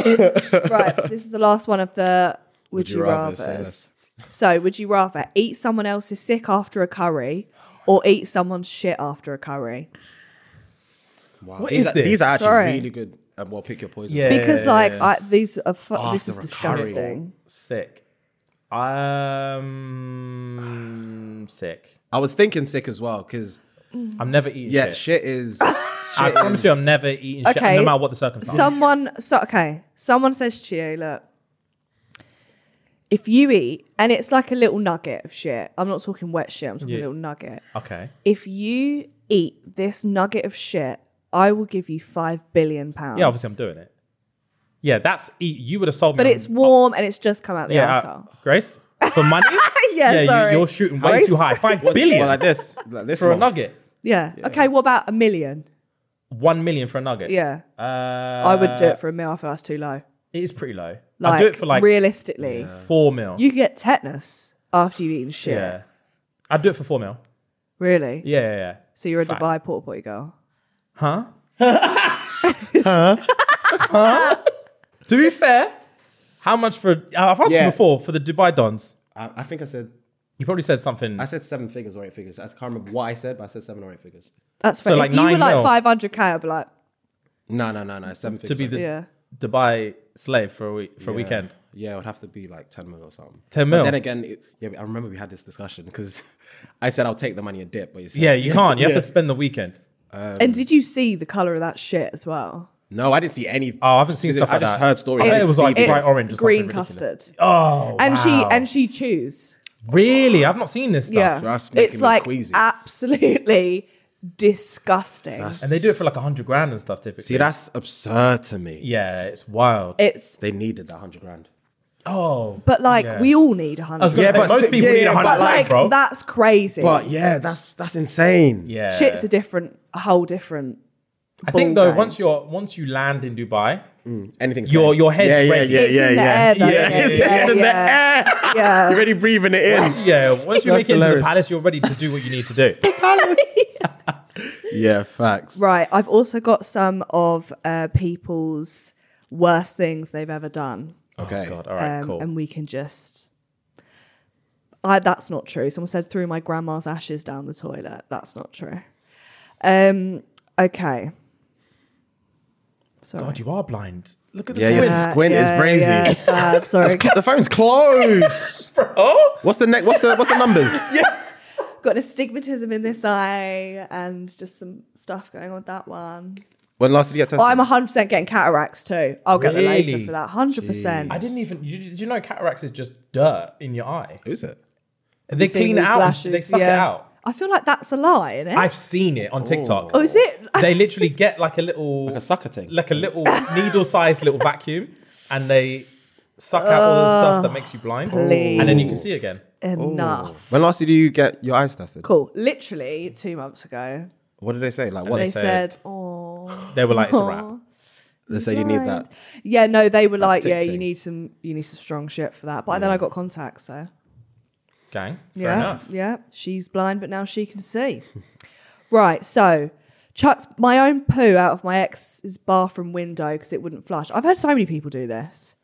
S1: right. This is the last one of the would,
S2: you
S1: you
S2: rather,
S1: rather.
S2: say less.
S1: So, would you rather eat someone else's sick after a curry, or eat someone's shit after a curry?
S3: What
S2: these
S3: is
S2: are,
S3: this?
S2: These are actually
S1: Sorry.
S2: really good. Um, well, pick your poison.
S3: Yeah.
S1: Because like I, these are fu- this is
S2: After a curry.
S1: disgusting.
S3: Sick. Um, sick.
S2: I was thinking sick as well because
S3: I'm never eating
S2: yeah,
S3: shit.
S2: shit is.
S3: *laughs* I
S2: shit
S3: promise
S2: is-
S3: you, I'm never eating shit,
S1: Okay.
S3: no matter what the circumstance.
S1: Someone, so okay, someone says to you, look, if you eat, and it's like a little nugget of shit. I'm not talking wet shit. I'm talking
S3: Yeah.
S1: a little nugget.
S3: okay.
S1: If you eat this nugget of shit, I will give you five billion pounds.
S3: Yeah, obviously I'm doing it. Yeah, that's e- you would have sold me.
S1: But
S3: on-
S1: it's warm and it's just come out the
S3: yeah, uh,
S1: asshole.
S3: Grace for money.
S1: *laughs* Yeah, sorry.
S3: You, you're shooting way
S1: Grace?
S3: too high.
S2: *laughs*
S3: Five billion
S2: Well, like this, like this
S3: for a
S2: one.
S3: nugget.
S1: Yeah. Okay. What about a million?
S3: One million for a nugget.
S1: Yeah.
S3: uh,
S1: I would do it for a mil. I feel that's too low.
S3: It is pretty low.
S1: Like,
S3: Uh, I'd do it for like
S1: realistically,
S3: four mil.
S1: you could get tetanus after you've eaten shit.
S3: yeah, I'd do it for four mil.
S1: Really?
S3: Yeah, yeah, yeah.
S1: So you're a
S3: Fact.
S1: Dubai porta potty girl.
S3: Huh? huh? huh? To be fair, how much for? uh, I've asked
S2: Yeah.
S3: you before for the Dubai Dons.
S2: I, I think I said
S3: You probably said something.
S2: I said seven figures or eight figures. I can't remember what I said, but I said seven or eight figures.
S1: That's
S3: So,
S1: fair.
S3: like,
S1: if you were
S3: nine
S1: like
S3: mil.
S1: 500k, I'd be like,
S2: No, no, no, no. Seven figures.
S3: to be
S2: I
S3: the
S2: think.
S1: yeah.
S3: Dubai slave for a week for a
S2: Yeah.
S3: weekend.
S2: Yeah, it would have to be like ten mil or something.
S3: 10
S2: But
S3: mil?
S2: Then again, it, yeah, I remember we had this discussion because *laughs* I said I'll take the money and dip, but you said,
S3: Yeah,
S2: *laughs*
S3: you can't. You have to spend the weekend.
S2: Um,
S1: and did you see the color of that shit as well?
S2: No, I didn't see any.
S3: Oh, I haven't seen stuff
S2: I
S3: like
S2: just
S3: that.
S2: heard stories.
S3: I bet it was like
S2: It's-
S3: bright orange or something
S1: green
S3: ridiculous.
S1: custard.
S3: Oh,
S1: And she
S3: wow.
S1: and she chews.
S3: really, I've not seen this stuff.
S1: Yeah.
S2: that's making
S1: it's
S2: me
S1: like
S2: queasy.
S1: absolutely disgusting.
S2: That's-
S3: And they do it for like a hundred grand and stuff typically.
S2: See, that's absurd to me.
S3: yeah, it's wild.
S1: it's
S2: They needed that hundred grand.
S3: oh,
S1: but like
S3: Yeah.
S1: we all need a
S3: I was
S1: hundred.
S3: gonna
S2: Yeah,
S3: say,
S2: but
S3: most
S2: still-
S3: people
S2: yeah,
S3: need a
S2: yeah, but
S3: hundred
S1: But
S3: grand,
S1: like
S3: bro.
S1: that's crazy.
S2: But yeah, that's that's insane.
S3: yeah,
S1: Shit's a different a whole different
S3: I think though, once you're once you land in Dubai,
S2: Anything's
S3: your
S2: fine.
S3: your head's
S4: Yeah, yeah,
S3: ready.
S4: yeah.
S1: it's in the air though.
S2: *laughs*
S3: Yeah,
S1: isn't it?
S3: it's-
S1: yeah,
S4: it's in the
S1: yeah,
S4: air.
S1: yeah. *laughs*
S4: You're already breathing it in.
S2: *laughs*
S3: Yeah, once you
S2: That's
S3: make it into the
S2: hilarious.
S3: palace, you're ready to do what you need
S1: *laughs*
S3: to do.
S2: yeah, facts.
S1: Right. I've also got some of uh, people's worst things they've ever done.
S2: Okay.
S3: God, all right,
S1: um,
S3: cool.
S1: And we can just. I, that's not true. Someone said threw my grandma's ashes down the toilet. That's not true. Um, okay. Sorry.
S3: God, you are blind. Look at the
S2: Yeah, you're
S3: squint.
S2: squint is brazy.
S1: Yeah, it's
S3: *laughs*
S1: bad. Sorry.
S2: It's cl- the
S1: *laughs*
S2: phone's closed.
S3: Oh,
S2: what's the next? What's the what's the numbers?
S1: Got an astigmatism in this eye and just some stuff going on with that one.
S2: When last did you get tested?
S1: Oh, I'm 100% getting cataracts too. I'll get the laser
S3: Really?
S1: for that. 100%.
S3: I didn't even. You, did you know cataracts is just dirt in your eye?
S2: Who's it?
S3: They
S1: Seeing
S3: clean it
S1: these
S3: out.
S1: lashes,
S3: they suck it
S1: yeah.
S3: out.
S1: I feel like that's a lie, innit?
S3: I've seen it on TikTok.
S1: oh, is it?
S3: They literally get like a little
S2: Like a sucker thing.
S3: like a little needle-sized little vacuum, and they suck out
S1: Uh,
S3: all the stuff that makes you blind, and then you can see again.
S1: Enough.
S2: When last did you get your eyes tested?
S1: Cool. Literally two months ago,
S2: What did they say? Like what?
S1: they
S2: They,
S3: say
S1: said, "Oh,
S3: They were like, "It's a wrap."
S2: say you need that.
S1: Yeah, no, they were like, "Yeah, you
S2: tic-tac.
S1: need some, you need some strong shit for that." But then I got contacts, so
S3: Gang, fair
S1: yeah,
S3: Mm. enough.
S1: yeah. She's blind, but now she can see. *laughs* right. So chucked my own poo out of my ex's bathroom window because it wouldn't flush. I've heard so many people do this.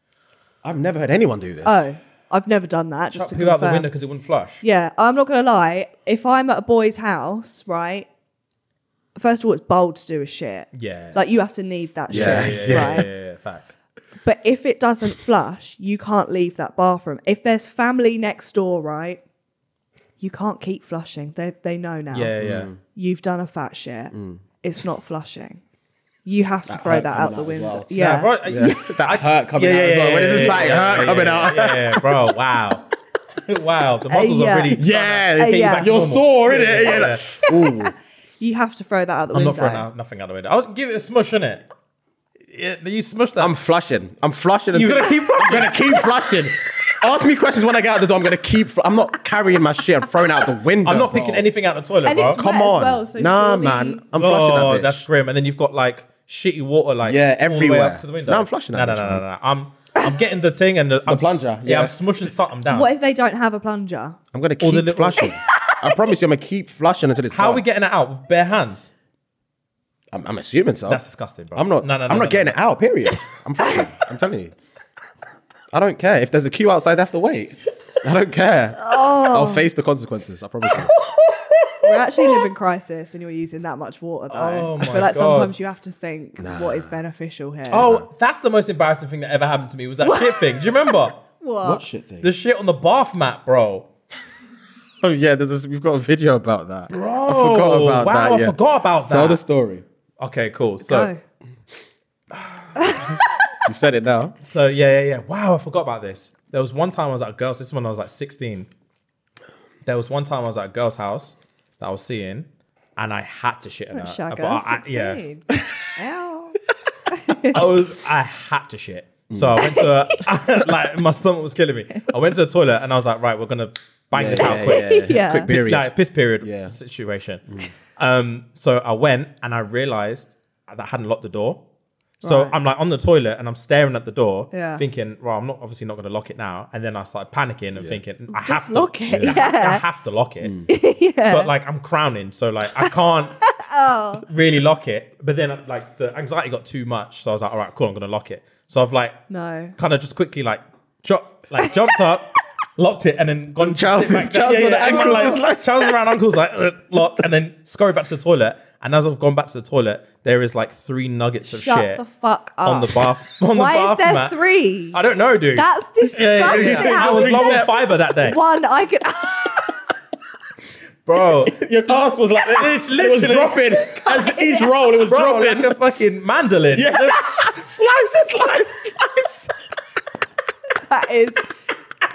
S2: I've never heard anyone do this.
S1: Oh, I've never done that. Just
S3: Chuck
S1: to
S3: poo out the
S1: confirm.
S3: window because it wouldn't flush.
S1: Yeah, I'm not gonna lie. If I'm at a boy's house, right? First of all, it's bold to do a shit.
S3: Yeah.
S1: Like you have to need that
S2: Yeah,
S1: shit,
S3: yeah,
S1: right?
S3: yeah, yeah, yeah, facts.
S1: But if it doesn't flush, you can't leave that bathroom. If there's family next door, right? You can't keep
S2: Mm.
S1: flushing. They they know now.
S3: Yeah, yeah.
S1: You've done a fat shit. It's not flushing. you have to throw
S2: hurt
S1: that
S2: coming
S1: out the
S2: out as
S1: window.
S2: well.
S1: Yeah.
S3: bro, I- *laughs* yeah.
S2: That hurt coming out as well. When is this like hurt coming
S3: yeah,
S2: out?
S3: Yeah, yeah, bro. Wow. *laughs* wow. The muscles
S1: yeah.
S3: are really.
S4: Yeah,
S1: Uh, yeah.
S4: you're
S3: normal.
S4: sore, innit? Yeah,
S3: yeah,
S4: like-
S3: yeah.
S1: You have to throw that out the
S3: I'm
S1: window.
S3: not throwing out nothing out the window. I was give it a smush in it. Yeah, you smush that.
S2: I'm flushing. I'm flushing.
S3: You're
S2: until-
S3: gonna keep flushing.
S2: I'm gonna keep flushing. *laughs* Ask me questions when I get out the door. I'm gonna keep. Fl- I'm not carrying my shit. I'm throwing it out the window.
S3: I'm not
S2: bro.
S3: picking anything out of the toilet,
S1: And
S3: bro.
S1: it's
S2: Come
S1: Might as
S2: on.
S1: well, so
S2: nah,
S1: surely-
S2: man. I'm flushing that
S3: oh,
S2: bitch.
S3: that's grim. And then you've got like shitty water, like
S2: Yeah,
S3: all the way
S2: everywhere.
S3: up to the window.
S2: No, I'm flushing that
S3: No,
S2: bitch,
S3: no, no,
S2: man.
S3: no, no. I'm I'm getting the thing and the, I'm, s-
S2: plunger,
S3: Yeah,
S2: yeah.
S3: I'm smushing something down.
S1: What if they don't have a plunger?
S2: I'm gonna
S3: All
S2: keep
S3: the little-
S2: flushing. I promise you, I'm gonna keep flushing until it's.
S3: How are
S2: gone.
S3: we getting it out with bare hands?
S2: I'm, I'm assuming so.
S3: That's disgusting, bro.
S2: I'm not.
S3: No, no, no.
S2: I'm
S3: no,
S2: not
S3: no,
S2: getting
S3: no.
S2: it out. Period. I'm flushing. I'm telling you. I don't care if there's a queue outside. They have to wait. I don't care. I'll face the consequences. I promise you.
S1: We actually live in crisis, and you're using that much water. Though
S3: Oh
S1: I
S3: my
S1: feel like
S3: God.
S1: sometimes you have to think what is beneficial here.
S3: Oh, that's the most embarrassing thing that ever happened to me was that shit thing. Do you
S1: *laughs*
S3: remember?
S1: what?
S2: shit thing?
S3: The shit on the bath mat, bro.
S2: Oh yeah, there's this, we've got a video about that.
S3: Bro,
S2: I forgot about
S3: Oh, wow,
S2: that.
S3: I
S2: yeah.
S3: forgot about that.
S2: Tell the story.
S3: okay, cool. So,
S1: Go.
S2: You said it now.
S3: So yeah, yeah, yeah. Wow, I forgot about this. There was one time I was at a girl's. This is when I was like 16. There was one time I was at a girl's house that I was seeing, and I had to shit in her.
S1: Shagger,
S3: But I, I- Uh, yeah,
S1: 16.
S3: *laughs*
S1: Ow.
S3: I was. I had to shit. So I went to a, *laughs* like my stomach was killing me. I went to the toilet and I was like, right, we're gonna bang this out quick.
S1: Yeah.
S2: Quick period.
S3: Like, piss period
S2: Yeah.
S3: situation. Um, so I went and I realized that I hadn't locked the door. So
S1: Right.
S3: I'm like on the toilet and I'm staring at the door,
S1: Yeah.
S3: thinking, well, I'm not obviously not going to lock it now. And then I started panicking and thinking, I have to
S1: lock it,
S3: I have to-
S1: yeah.
S3: I have to lock it.
S1: *laughs*
S2: Mm.
S3: But like I'm crowning, so like I can't
S1: Oh.
S3: really lock it. But then like the anxiety got too much, so I was like, all right, cool, I'm going to lock it. So I've like
S1: No.
S3: kind of just quickly like drop, like
S1: *laughs*
S3: jumped up, locked it, and then gone.
S2: Charles
S3: sit back
S2: is-
S3: down.
S2: Charles on the
S3: and
S2: ankles,
S3: like,
S2: just like-
S3: Charles
S2: *laughs*
S3: around ankles like "Ugh," locked, and then scurry back to the toilet. And as I've gone back to the toilet, there is like three nuggets of
S1: Shut
S3: shit
S1: the fuck up.
S3: on the bath on
S1: Why
S3: the bath
S1: is there
S3: mat.
S1: three?
S3: I don't know, dude.
S1: That's
S3: *laughs*
S1: disgusting.
S3: I
S1: How
S3: was
S1: is
S3: low
S1: there
S3: on fiber that day,
S1: One, I could.
S3: bro.
S4: Your glass was like,
S3: It's
S4: it was
S3: literally-
S4: dropping.
S3: *laughs*
S4: As each roll, it was
S3: Bro,
S4: dropping.
S3: like a fucking mandolin.
S4: yeah.
S2: *laughs*
S4: slice, slice,
S1: *laughs*
S4: slice.
S1: that
S3: *laughs*
S1: is.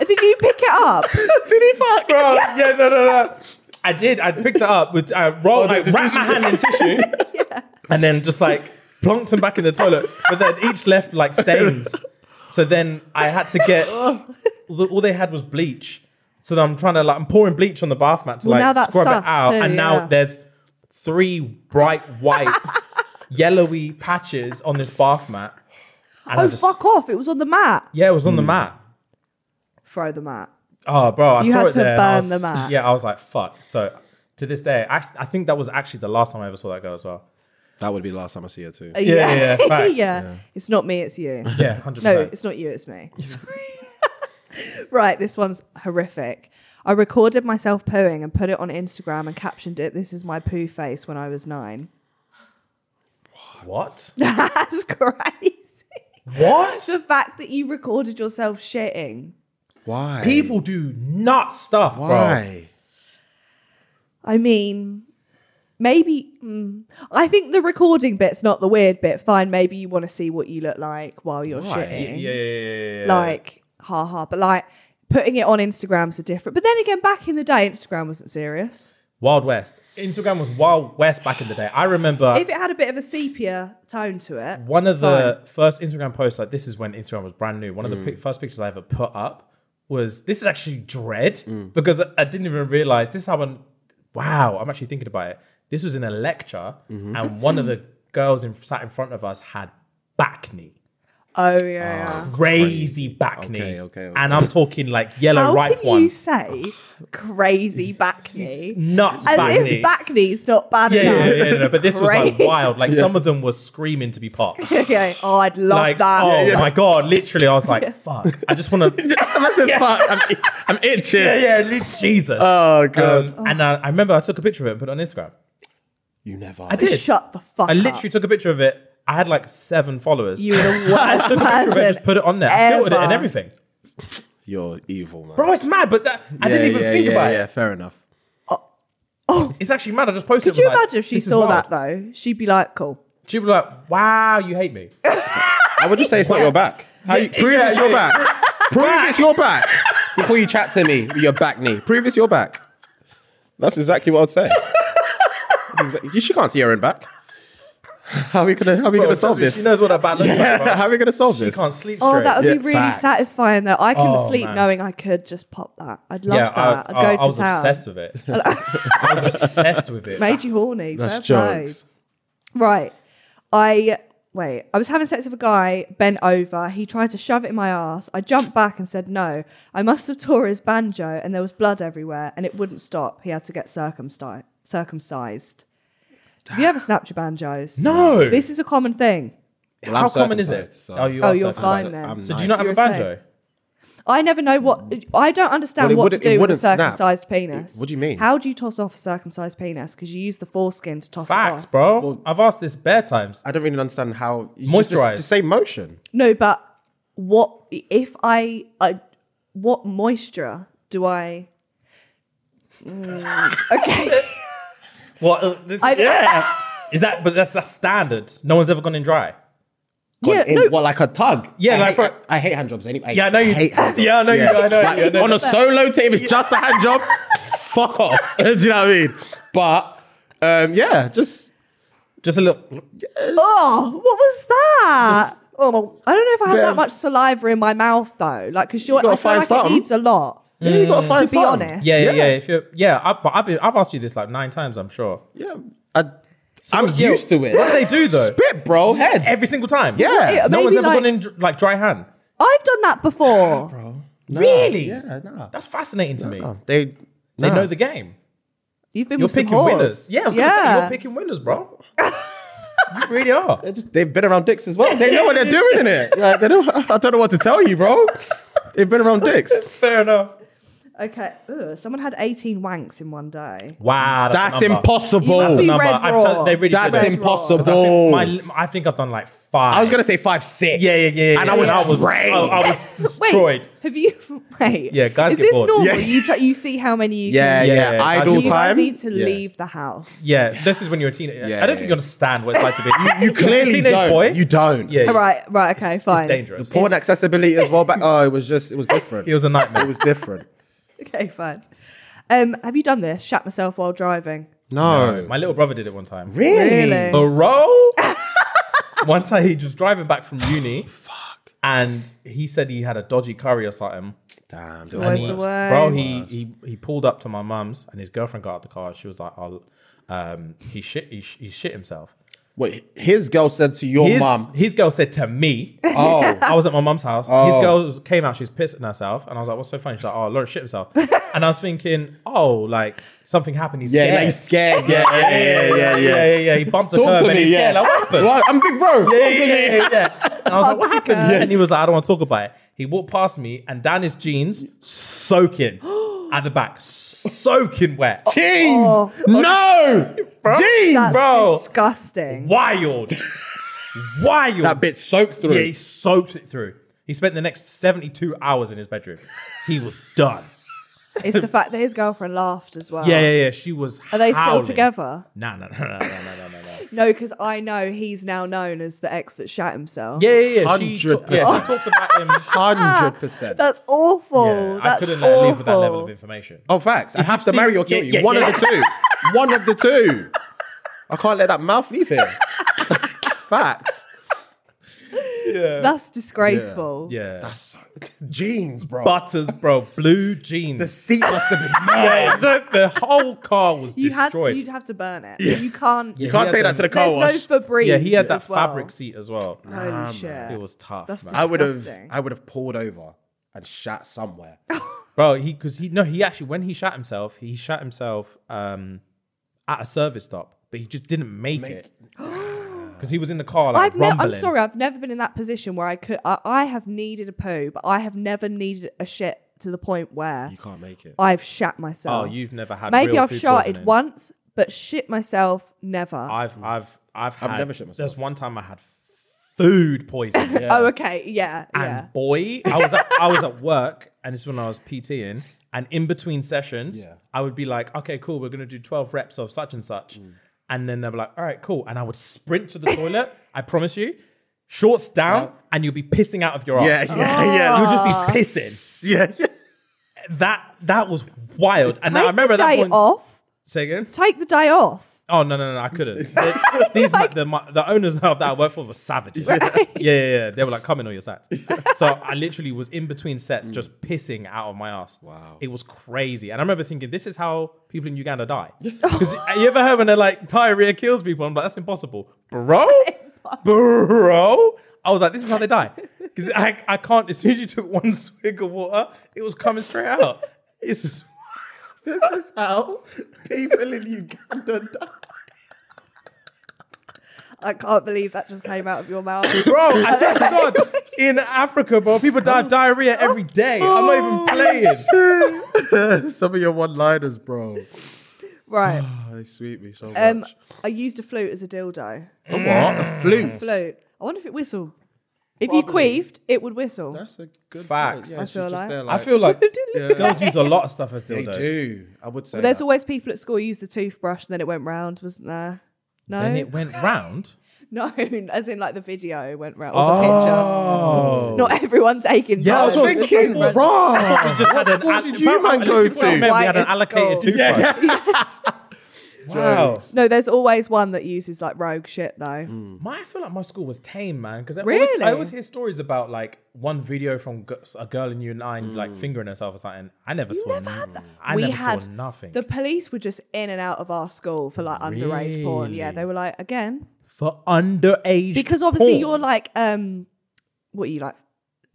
S1: Did you pick it up?
S4: Did he fuck?
S3: bro. Yeah, no, no, no. I did. I picked it up. With I
S2: Oh,
S3: rolled, I wrapped my
S2: *laughs*
S3: hand in tissue, and then just like plonked them back in the toilet. But then each left like stains. So then I had to get all they had was bleach. So then I'm trying to like I'm pouring bleach on the bath mat to
S1: Well, now
S3: like
S1: that
S3: scrub it
S1: sucks
S3: out,
S1: too,
S3: and now
S1: yeah.
S3: there's three bright white, yellowy patches on this bath mat. And I
S1: Oh,
S3: just-
S1: fuck off. It was on the mat.
S3: yeah, it was on the mat.
S1: Throw the mat.
S3: Oh, bro, I
S1: You
S3: saw
S1: had
S3: it
S1: to
S3: there. and I
S1: burn
S3: was-
S1: them out.
S3: Yeah, I was like, fuck. So to this day, actually, I think that was actually the last time I ever saw that girl as well.
S2: That would be the last time I see her too.
S1: Yeah,
S3: yeah, yeah,
S1: *laughs*
S3: facts.
S1: yeah. It's not me, it's you.
S3: Yeah, hundred
S1: No,
S3: percent.
S1: it's not you, it's
S3: *laughs*
S1: me. *laughs* right, this one's horrific. I recorded myself pooing and put it on Instagram and captioned it, This is my poo face when I was nine. *laughs*
S3: What?
S1: That's crazy. *laughs*
S3: What?
S1: The fact that you recorded yourself shitting.
S2: Why?
S3: People do nut stuff, bro.
S2: Why?
S1: I mean, maybe. Mm, I think the recording bit's not the weird bit. Fine, maybe you want to see what you look like while you're
S2: Why?
S3: Yeah,
S1: shitting.
S3: yeah, yeah, yeah.
S1: Like, ha ha. But like, putting it on Instagram's a different. But then again, back in the day, Instagram wasn't serious.
S3: Wild West. Instagram was Wild West back in the day. I remember
S1: If it had a bit of a sepia tone to it,
S3: one of the first Instagram posts. Like this is when Instagram was brand new. One
S1: Mm.
S3: of the pi- first pictures I ever put up was this is actually dread
S1: Mm.
S3: because I- I didn't even realize this is how one. Wow, I'm actually thinking about it. This was in a lecture,
S1: Mm-hmm.
S3: and one of the girls in, sat in front of us had back knee,
S1: oh yeah.
S3: crazy back knee,
S2: okay, okay.
S3: and I'm talking like yellow
S1: How
S3: ripe
S1: can you
S3: one,
S1: say crazy back
S3: *laughs*
S1: knee?
S3: nuts
S1: As
S3: back
S1: if
S3: knee.
S1: back knee's not bad
S3: yeah, yeah,
S1: enough.
S3: yeah, yeah, no, but this was like
S1: Crazy.
S3: wild. Like some of them were screaming to be popped.
S1: *laughs* okay. Oh, I'd love
S3: Like,
S1: that.
S3: oh my god! Literally, I was like, "Fuck!" I just
S2: *laughs*
S3: want to
S2: That's a fuck. I'm, I'm
S3: *laughs*
S2: itching.
S3: yeah, yeah, li- Jesus.
S2: Oh god.
S3: Um, And I, I remember I took a picture of it and put it on Instagram.
S2: you never.
S3: *laughs* I did.
S1: Shut the fuck
S3: I
S1: up.
S3: literally took a picture of it. I had like seven followers.
S1: Uh-huh.
S3: *laughs*
S1: You were the
S3: I
S1: worst
S3: took a picture of it,
S1: person.
S3: just put it on there. I filtered it
S1: ever.
S3: and everything.
S2: You're evil, man.
S3: Bro, it's mad, but that, I didn't even think
S2: yeah,
S3: about
S2: yeah,
S3: it.
S2: fair enough.
S3: It's actually mad. I just posted
S1: Could
S3: it.
S1: you
S3: was like,
S1: imagine if she
S3: this is
S1: saw
S3: wild.
S1: that though? She'd be like, "Cool,
S3: She'd be like, wow, you hate me.
S2: I would just say it's not your back. How you, prove it's your back. prove it's your back before you chat to me with your back knee. Prove it's your back. That's exactly what I'd say. That's exa- you she can't see her own back. How are we gonna How are we gonna
S3: Bro, trust
S2: solve
S3: me,
S2: this?
S3: She knows what that
S2: *laughs*
S3: bad looks like. Bro.
S2: how are we gonna solve this?
S3: She can't sleep straight.
S1: Oh, that would
S2: Yeah,
S1: be really
S2: facts.
S1: satisfying though. I couldn't
S3: Oh,
S1: sleep
S3: man.
S1: knowing I could just pop that. I'd love
S3: yeah,
S1: that.
S3: I, oh,
S1: I,
S3: I-
S1: would go
S3: I
S1: to
S3: was
S1: town.
S3: obsessed
S1: *laughs*
S3: with it. I was obsessed with it.
S1: Made you horny.
S2: That's
S1: fair play.
S2: jokes.
S1: Right. I wait. I was having sex with a guy, bent over. He tried to shove it in my ass. I jumped back and said no. I must have tore his banjo, and there was blood everywhere, and it wouldn't stop. He had to get circumcised. Circumcised. Have you ever snapped your banjos?
S3: No.
S1: This is a common thing.
S2: Well,
S3: How
S2: I'm
S3: common is
S2: circumcised,
S3: it?
S2: so-
S3: Oh, you
S1: Oh,
S3: are
S1: you're
S3: circumcised.
S1: fine then.
S2: I'm
S3: So do you
S2: nice.
S3: not have a
S1: You're saying-
S3: banjo?
S1: I never know what I don't understand
S2: Well, it
S1: what to
S2: wouldn't- it
S1: do with a
S2: wouldn't snap.
S1: circumcised penis.
S2: It- what do you mean?
S1: How do you toss off a circumcised penis? Because you use the foreskin to toss
S3: Facts,
S1: it off.
S3: bro. I've asked this bare times.
S2: I don't really understand how you just-
S3: Moisturise.
S2: Just, just say motion.
S1: No, but what if I, I what moisture do I? Mm,
S3: *laughs*
S1: okay,
S3: What? uh, this-
S1: I-
S3: yeah. Is that? But that's that's standard. No one's ever gone in dry.
S1: yeah,
S2: Gone in-
S1: no,
S2: Well, like a tug.
S3: Yeah,
S2: I
S3: like
S2: hate,
S3: for-
S2: I, I hate hand jobs anyway.
S3: Yeah, I know you.
S2: hate hand jobs.
S3: *laughs* Yeah, I know you. I know you. I
S2: Like,
S3: know
S2: on
S3: you.
S2: a solo team, it's just a
S3: *laughs*
S2: hand job. Fuck off. *laughs* Do you know what I mean? But um, yeah, just
S3: Just a little.
S1: oh, what was that? oh, I don't know if I have
S2: bit
S1: that
S2: of-
S1: much saliva in my mouth though. Like, cause you're,
S2: gotta
S1: I feel
S2: find
S1: like
S2: something.
S1: it needs a lot.
S2: yeah, you
S3: Mm.
S2: gotta find
S1: To be
S2: something.
S1: honest,
S3: Yeah, yeah,
S2: Yeah.
S3: yeah. If you're, yeah, I, but I've, been, I've asked you this like nine times, I'm sure.
S2: Yeah, I, I'm
S3: Yeah,
S2: used to it.
S3: What do they do though?
S2: Spit, bro. Head.
S3: every single time.
S2: yeah.
S1: Yeah,
S3: No one's
S1: Maybe,
S3: ever
S1: like-
S3: gone in dr- like dry hand.
S1: I've done that before.
S3: Really?
S2: Yeah, Oh, nah.
S3: That's fascinating to me.
S2: Nah,
S3: Oh.
S2: They
S3: They know the game.
S1: You've been
S3: You're
S1: with some
S3: picking
S1: whores.
S3: winners. Yeah, I was gonna say you're picking winners, bro. *laughs* you really are.
S2: they just they've been around dicks as well. They know
S3: *laughs*
S2: what they're doing in it. Like, they don't, I don't know what to tell you, bro. They've been around dicks.
S3: Fair enough.
S1: Okay. Ugh, someone had 18 wanks in one day.
S3: Wow, that's, a number.
S2: impossible.
S1: That's
S3: That's a
S1: Be
S3: number.
S1: red
S3: I've
S1: raw.
S3: tell- they really did
S2: That's
S3: it. I
S2: impossible.
S3: think, my, lim- I think I've done like five.
S2: I was gonna say five six.
S3: Yeah, yeah, yeah. yeah,
S2: And I was drained.
S3: I, I
S1: *laughs*
S3: was destroyed.
S1: Have you? Wait.
S3: Yeah, guys
S1: Is
S3: get
S1: this
S3: bored.
S1: normal?
S2: Yeah.
S1: You try, you see how many you
S2: Yeah,
S1: can.
S2: yeah.
S3: Yeah, I
S2: Idle
S3: do.
S1: you guys
S2: time.
S1: need to
S2: Yeah.
S1: leave the house.
S3: Yeah, this is when you're a teenager.
S2: Yeah,
S3: I don't
S2: yeah,
S3: think
S2: yeah.
S3: you understand what it's like to be.
S2: *laughs*
S3: you,
S2: Clearly,
S3: teenage
S2: don't.
S3: boy.
S2: You don't.
S3: yeah,
S1: All right. Right. Okay.
S3: it's
S1: fine.
S3: dangerous.
S2: Porn accessibility as well. Back. Oh, it was just. It was different.
S3: It was a nightmare.
S2: *laughs* It was different.
S1: Okay. Fine. Um, have you done this? Shat myself while driving.
S2: No.
S3: My little brother did it one time.
S1: Really?
S2: *laughs*
S3: Bro, one time he was driving back from
S2: *gasps*
S3: uni. Fuck. And he said he had a dodgy curry or something.
S2: Damn.
S1: Always
S3: he-
S1: the
S2: dude.
S1: way.
S3: Bro, he, he he pulled up to my mum's and his girlfriend got out the car. She was like, "Oh, um, he shit, he, sh- he shit himself."
S2: Wait. His girl said to your
S3: His,
S2: *laughs* mum.
S3: his girl said to me,
S2: Oh.
S3: I was at my mum's house. His
S2: Oh.
S3: girl was- came out, she's pissing herself, and I was like, "What's so funny?" She's like, "Oh, Lauren shit
S2: *laughs*
S3: himself," and I was thinking, "Oh, like something happened. He's
S2: Yeah.
S3: scared.
S2: Like scared. Yeah. Yeah. Yeah. Yeah.
S3: *laughs*
S2: Yeah.
S3: yeah, yeah, yeah." He bumped a
S2: Talk
S3: curb
S2: to
S3: and
S2: me.
S3: he's
S2: Yeah.
S3: scared. Like, what happened?
S2: Well, I'm big
S3: *laughs*
S2: bro.
S3: yeah, yeah, yeah, yeah, yeah. And I was like, what happened? And he was like, I don't want to talk about it. He walked past me and down his jeans, *gasps* soaking at the back, soaking wet.
S2: Jeez.
S1: Oh.
S2: No. Jeez.
S1: That's
S3: Bro.
S1: disgusting.
S3: Wild. Wild.
S2: That bitch soaked through.
S3: Yeah, he soaked it through. He spent the next 72 hours in his bedroom. He was done.
S1: It's the fact that his girlfriend laughed as well.
S3: Yeah, yeah, yeah. She was.
S1: Are they still
S3: howling.
S1: together?
S3: No, no, no, no, no, no, no, no, no.
S1: No, because I know he's now known as the ex that shat himself.
S3: *laughs* Yeah, yeah, yeah. She, ta- yeah, she
S2: 100%.
S3: talks about him.
S2: Hundred percent.
S1: That's awful.
S3: *laughs* Yeah,
S1: That's
S3: I couldn't
S1: awful.
S3: let her leave with that level of information.
S2: Oh, facts. I have to
S3: see-
S2: marry or kill
S3: yeah,
S2: you.
S3: yeah,
S2: One
S3: yeah.
S2: of the *laughs* two. One of the two. I can't let that mouth leave here. *laughs* facts.
S1: That's disgraceful.
S3: Yeah.
S2: So, jeans, bro.
S3: butters, bro. Blue jeans.
S2: the seat must *laughs* have been.
S3: Yeah, the, the whole car was
S1: Um, You had to,
S3: destroyed.
S1: you'd have to burn it. You can't.
S2: You can't
S3: had
S2: take
S3: them-
S2: that to the car
S1: There's no
S2: wash.
S1: Febreze.
S3: yeah, he had that
S1: as well.
S3: fabric seat as well.
S1: Holy shit.
S3: It was tough,
S1: That's
S3: man.
S1: dis-
S2: I would have.
S1: disgusting.
S2: I would have pulled over and shat *laughs* somewhere.
S3: bro. He because he no, he actually when he shot himself, he shot himself um at a service stop, but he just didn't make, it *gasps* because he was in the car like
S1: I've ne- I'm
S3: rumbling.
S1: sorry, I've never been in that position where I could. I, I have needed a poo, but I have never needed a shit to the point where
S2: You can't make it.
S1: I've shat myself.
S3: Oh, you've never had
S1: Maybe
S3: real
S1: I've
S3: food
S1: sharted
S3: poisoning.
S1: once, but shit myself never.
S3: I've I've I've had.
S2: never shit myself.
S3: There's one time I had food poisoning.
S1: Oh, okay. Yeah. yeah.
S3: And boy, I was at, I was at work, and this is when I was PTing, and in between sessions,
S2: Yeah. Mm.
S3: I would be like, okay, cool, we're gonna do twelve reps of such and such, And then they'll be like, all right, cool. And I would sprint to the toilet, I promise you, shorts down, and you'll be pissing out of your
S2: Yeah,
S3: ass.
S2: yeah, yeah.
S3: You'll just be pissing.
S2: Yeah, *laughs* yeah.
S3: That that was wild. And I
S1: Take
S3: remember
S1: the
S3: at that
S1: day
S3: point.
S1: off.
S3: Say again?
S1: Take the day off.
S3: Oh no no no! I couldn't. The, these ma- the, ma- the owners of that I worked for were savages. Yeah, yeah yeah. They were like, "Come in on your sats." so I literally was in between sets, just pissing out of my ass.
S2: Wow.
S3: it was crazy. And I remember thinking, "This is how people in Uganda die." Because you ever heard when they're like, "Diarrhea kills people." I'm like, "That's impossible, bro, bro." I was like, "This is how they die." Because I I can't. As soon as you took one swig of water, it was coming straight out. It's just,
S2: This is how people in Uganda die.
S1: I can't believe that just came out of your
S3: *coughs*
S1: mouth. *coughs*
S3: Bro,
S1: *laughs*
S3: I swear to God, in Africa, bro, people die of diarrhea every day. I'm
S1: Oh.
S3: not even playing.
S2: *laughs* Some of your one-liners, bro.
S1: right.
S2: Oh, they sweet me so much.
S1: Um, I used a flute as a dildo.
S2: A what? A flute.
S1: Flute. I wonder if it whistled. If you queefed, it would whistle.
S2: That's a good
S3: Facts.
S2: Point.
S1: I
S2: Yeah, she's
S1: feel
S2: just
S1: like-
S2: there
S3: I feel like
S1: *laughs* Yeah.
S3: girls use a lot of stuff as
S2: they
S3: dildos.
S2: do. I would say.
S1: Well, there's
S2: that.
S1: always people at school who use the toothbrush and then it went round, wasn't there? No,
S3: And it went round.
S1: *laughs* no, as in like the video went round or
S3: Oh.
S1: the picture. Not everyone taking.
S3: Yeah, I was
S1: photos.
S3: thinking,
S1: Everyone-
S2: Bro,
S3: just had
S2: what
S3: an
S2: school
S3: al-
S2: did
S3: if Oh. I-
S2: you man
S3: I
S2: go
S3: literally
S2: to?
S3: remember We had an
S1: White
S3: allocated
S1: skull.
S3: toothbrush. Wow.
S1: No, there's always one that uses like rogue shit though.
S3: My, I feel like my school was tame, man. Because I, always,
S1: Really?
S3: I always hear stories about like one video from g- a girl in year nine, like fingering herself or something. I never saw.
S1: Mm. never had that.
S3: I
S1: we
S3: never
S1: had
S3: saw nothing.
S1: The police were just in and out of our school for like underage porn. Yeah,
S3: Really?
S1: they were like again
S3: for underage.
S1: because obviously
S3: porn.
S1: you're like um, what are you like,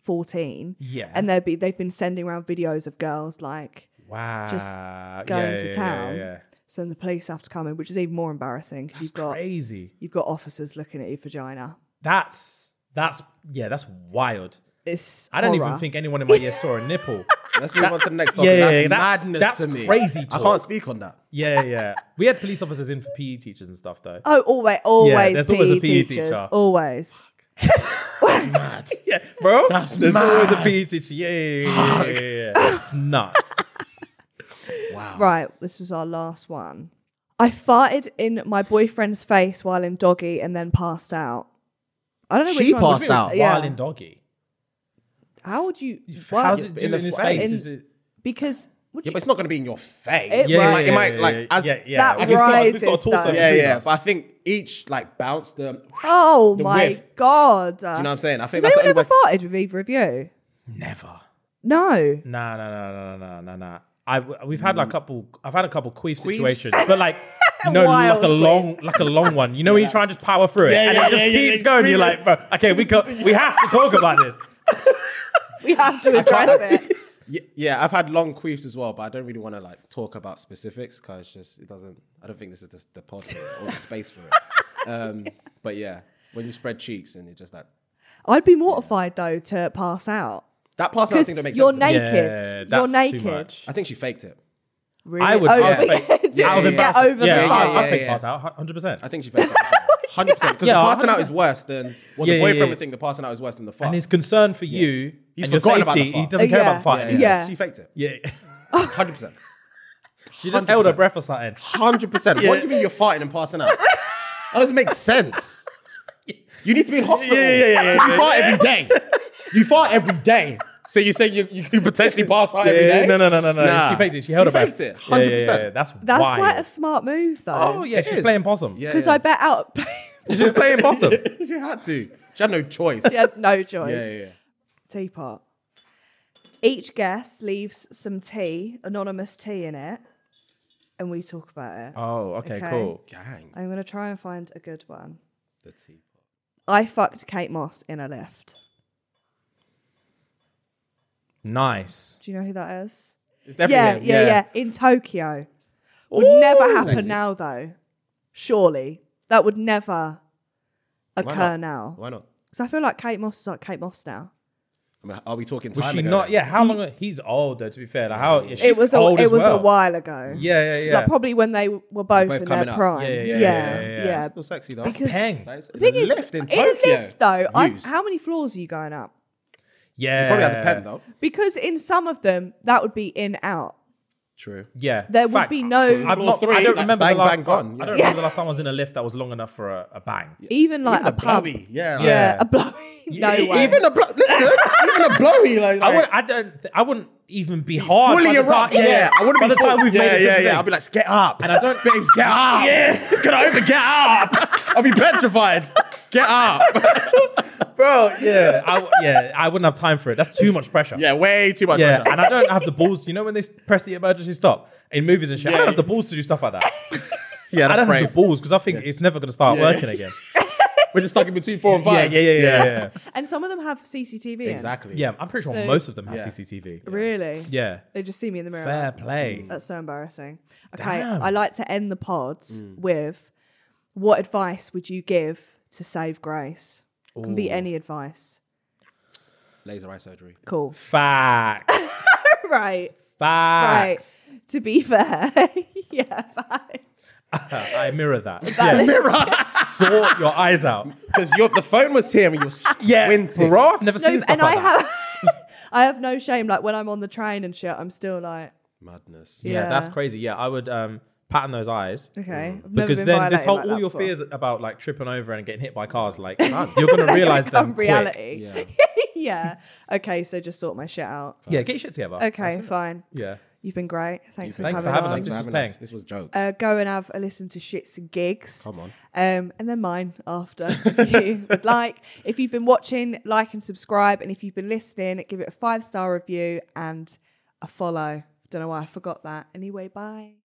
S1: fourteen?
S3: Yeah.
S1: and they'd be they've been sending around videos of girls like
S3: wow.
S1: going
S3: Yeah,
S1: to
S3: yeah,
S1: town.
S3: Yeah, yeah.
S1: So then the police have to come in, which is even more embarrassing because
S3: That's
S1: you've got
S3: crazy.
S1: you've got officers looking at your vagina.
S3: That's that's yeah, that's wild.
S1: It's
S3: I don't even
S1: horror.
S3: think anyone in my year saw a
S1: *laughs*
S3: nipple.
S2: Let's move on to the
S3: yeah,
S2: next topic.
S3: yeah,
S2: that's
S3: yeah, that's-
S2: madness
S3: that's
S2: to me.
S3: crazy
S2: I
S3: talk.
S2: can't speak
S3: *laughs*
S2: on that.
S3: Yeah, yeah, yeah. We had police officers in for PE teachers and stuff though.
S1: Oh, always, always
S3: there's
S1: PE
S3: always a PE
S1: teachers,
S3: teacher.
S1: always.
S3: Yeah, bro.
S2: That's
S3: There's
S2: mad.
S3: always a PE teacher. Yeah, yeah, yeah, yeah, yeah, yeah.
S1: *laughs*
S3: It's nuts.
S2: Wow.
S1: Right, this was our last one. I farted in my boyfriend's face while in doggy and then passed out. I don't know. which
S2: She
S1: one was-
S2: passed out.
S1: Yeah.
S3: While in doggy.
S1: How would you? Why?
S3: How's it
S2: but
S3: doing
S2: in
S3: in
S2: the
S3: his
S2: face.
S3: face?
S1: In-
S3: Is it-
S1: Because would
S2: Yeah,
S1: you,
S2: but it's not going to be in your face.
S1: It
S3: Yeah,
S1: Right.
S3: yeah,
S1: Like,
S3: yeah,
S2: it might,
S3: yeah,
S2: like,
S3: yeah,
S2: as-
S3: yeah, yeah.
S1: That
S3: If you've got- if you've got a
S1: rises,
S3: torso
S1: though.
S3: between
S2: Yeah, yeah.
S3: us.
S2: But I think each like bounce the. Do you
S1: oh
S2: the
S1: my
S2: whiff.
S1: god!
S2: know what I'm saying? I
S1: Has
S2: think that's the
S1: anyone
S2: only
S1: ever
S2: way.
S1: farted with either of you?
S3: Never.
S2: *laughs*
S1: No.
S3: Nah, nah, nah, nah, nah, nah, nah. I we've had like a couple. I've had a couple queef situations, but
S4: *laughs*
S3: like you know,
S1: Wild
S3: like a
S1: queefs.
S3: long, like a long one. You know, when you try and just power through it, and
S4: yeah,
S3: it just
S4: yeah, yeah,
S3: keeps
S4: yeah.
S3: going. You're like, bro, okay, we go, we have to talk about this.
S1: We have to address it.
S2: Yeah, yeah, I've had long queefs as well, but I don't really want to like talk about specifics because it's just it doesn't. I don't think this is the, the pod for it or the space for
S3: *laughs*
S2: it. Um, but yeah, when you spread cheeks and it's just like
S1: *laughs* I'd be mortified though to pass out
S2: that part. I don't
S1: because
S2: think that makes
S1: you're
S2: sense. to me.
S1: naked.
S3: Yeah, that's
S1: you're
S3: too
S1: naked.
S3: much.
S2: I think she faked it.
S1: Really?
S3: I would.
S1: Oh, *laughs*
S3: I would
S1: yeah.
S3: fake- I was
S1: Get
S3: embarrassed.
S1: over
S3: yeah,
S1: the
S3: yeah,
S1: fart.
S3: yeah, I
S2: Yeah,
S3: think
S2: yeah.
S3: pass out 100. percent
S2: I think she
S3: *laughs*
S2: faked it. Hundred percent. Because
S3: Yeah,
S2: the passing out
S3: 100%.
S2: is worse than well,
S3: Yeah,
S2: the
S3: yeah,
S2: boyfriend
S3: yeah.
S2: would think the passing out is worse than the fuck.
S3: And his concern for you,
S2: He's
S3: and your
S2: forgotten about the
S3: safety, he
S2: fart.
S3: doesn't care
S1: Yeah.
S3: about the fight. Yeah,
S1: Yeah.
S2: she faked it.
S3: yeah.
S2: Hundred percent.
S3: she just held her
S2: 100%.
S3: breath or something.
S2: Hundred percent. What do you mean you're farting and passing out? That doesn't make sense. You need to be in hospital.
S3: Yeah, yeah, yeah, yeah,
S2: you
S3: yeah.
S2: fart every day. You fart every day. So you're saying you, you could potentially pass out every
S3: Yeah,
S2: day?
S3: no, no, no, no, no.
S2: Nah.
S3: She faked it. She held
S2: She
S3: her
S2: faked
S3: breath.
S2: it,
S3: Yeah, yeah, yeah,
S2: 100%.
S3: yeah. That's
S1: That's
S3: wild.
S1: quite a smart move though.
S3: Oh yeah,
S2: It
S3: she's
S2: is.
S3: playing possum.
S2: Yeah,
S1: Because
S2: yeah.
S1: I bet out.
S3: she's just playing *laughs* possum.
S2: *laughs* She had to. She had no choice.
S1: she had no choice.
S2: *laughs* yeah, yeah.
S1: Teapot. Each guest leaves some tea, anonymous tea in it, and we talk about it.
S3: Oh, okay,
S1: Okay.
S3: cool.
S2: Gang.
S1: I'm gonna try and find a good one.
S2: The teapot.
S1: I fucked Kate Moss in a lift.
S3: Nice.
S1: Do you know who that is?
S2: It's
S1: Yeah,
S2: definitely
S1: yeah,
S3: yeah.
S1: yeah. In Tokyo. Would never happen
S2: Sexy.
S1: now though. Surely. That would never occur
S2: not?
S1: now.
S2: Why not?
S1: Because I feel like Kate Moss is like Kate Moss now.
S2: I mean, are we talking time
S3: Was she
S2: ago
S3: not?
S2: then?
S3: Yeah. How long? He's old though. To be fair, like how? Yeah, she's
S1: it was a,
S3: old
S1: it
S3: as
S1: was
S3: well.
S1: a while ago.
S3: Yeah, yeah, yeah.
S1: Like probably when they were both,
S2: both
S1: in their
S2: coming up.
S1: prime.
S3: Yeah, yeah, yeah, yeah, yeah, yeah.
S1: yeah.
S2: Still sexy though.
S1: Because-
S3: Peng.
S2: That is-
S1: The thing is,
S2: lift in,
S1: in
S2: Tokyo.
S1: a lift though, I,
S2: Views.
S1: how many floors are you going up?
S3: yeah.
S2: Probably had a pen though.
S1: Because in some of them, that would be in out.
S2: True.
S3: Yeah.
S1: There would
S3: Facts.
S1: be no-
S3: I'm not,
S4: Floor
S3: I
S4: three,
S3: don't
S4: like,
S3: remember
S2: bang,
S3: the last
S2: bang,
S3: time.
S2: gone.
S3: I don't
S1: Yeah.
S3: remember the last time I was in a lift that was long enough for a, a bang.
S1: Even like
S2: Even a
S1: a pub.
S2: blowy, yeah.
S1: Yeah,
S3: Yeah.
S1: a blowy. No way.
S2: Even a blow.
S1: *laughs*
S2: Listen, even a blowy. Like,
S3: I
S2: like,
S3: wouldn't. I don't. Th- I wouldn't even be hard.
S2: fully
S3: by the
S2: erupt.
S3: time, yeah,
S2: I wouldn't
S3: by
S2: be
S3: the time
S2: full-
S3: we've
S2: yeah,
S3: made it. to
S2: yeah,
S3: the
S2: yeah.
S3: thing.
S2: I'd be like, get up.
S3: and I don't.
S2: *laughs* babes, get
S3: *laughs*
S2: up.
S3: Yeah.
S2: It's gonna open, get up. I'll be petrified. Get up.
S3: bro. Yeah, I, w- yeah. I wouldn't have time for it. That's too much pressure.
S2: yeah, way too much.
S3: yeah.
S2: pressure.
S3: And I don't have the balls. You know when they s- press the emergency stop in movies and shit. I
S4: Yeah.
S3: don't have the balls to do stuff like that.
S2: yeah,
S3: I
S2: that's
S3: don't
S2: brave.
S3: have the balls because I think it's never gonna start
S2: Yeah.
S3: working
S2: *laughs*
S3: again.
S2: We're just stuck in between four and five.
S3: Yeah, yeah, yeah,
S2: *laughs*
S3: yeah, yeah.
S1: And some of them have CCTV. in.
S2: Exactly.
S3: Yeah, I'm pretty sure
S1: So-
S3: most of them have
S2: Yeah.
S3: CCTV.
S1: Really?
S3: Yeah.
S1: They just see me in the mirror.
S3: Fair play.
S1: That's so embarrassing. Okay,
S3: Damn.
S1: I like to end the pods with what advice would you give to save grace? Can be any advice.
S2: Laser eye surgery.
S1: Cool. *laughs*
S3: Facts.
S1: right.
S3: Facts.
S1: Right. To be fair. *laughs* yeah, fine.
S3: I mirror that. Yeah.
S1: *laughs*
S3: *laughs*
S2: *laughs*
S3: Sort your eyes out.
S2: Because the phone was here and you were
S3: *laughs* Yeah,
S2: squinting.
S3: bro. I've never
S1: No,
S3: seen stuff
S1: and
S3: like
S1: I
S3: that.
S1: have *laughs* I have no shame. Like when I'm on the train and shit, I'm still like,
S2: Madness.
S3: Yeah, that's
S1: Yeah.
S3: crazy. Yeah, I would um pattern those eyes.
S1: okay. I've never
S3: Because
S1: been
S3: then this
S1: violated
S3: whole
S1: like
S3: all
S1: that
S3: your
S1: before.
S3: fears about like tripping over and getting hit by cars,
S1: *laughs*
S3: like you're gonna realize
S1: become
S3: them quick.
S1: reality.
S2: Yeah.
S1: *laughs* yeah. Okay, so just sort my shit out.
S3: Yeah, get your shit together.
S1: Okay, fine.
S3: Yeah.
S1: You've been great. Thanks for
S3: Thanks
S1: coming
S3: for having
S1: on.
S3: us. This was
S2: Having
S3: bang.
S2: us- This was jokes.
S1: uh, go and have a listen to shits and gigs.
S2: Come on.
S1: Um, and then mine after if you
S2: *laughs*
S1: would like. If you've been watching, like and subscribe. And if you've been listening, give it a five star review and a follow. Don't know why I forgot that. Anyway, bye.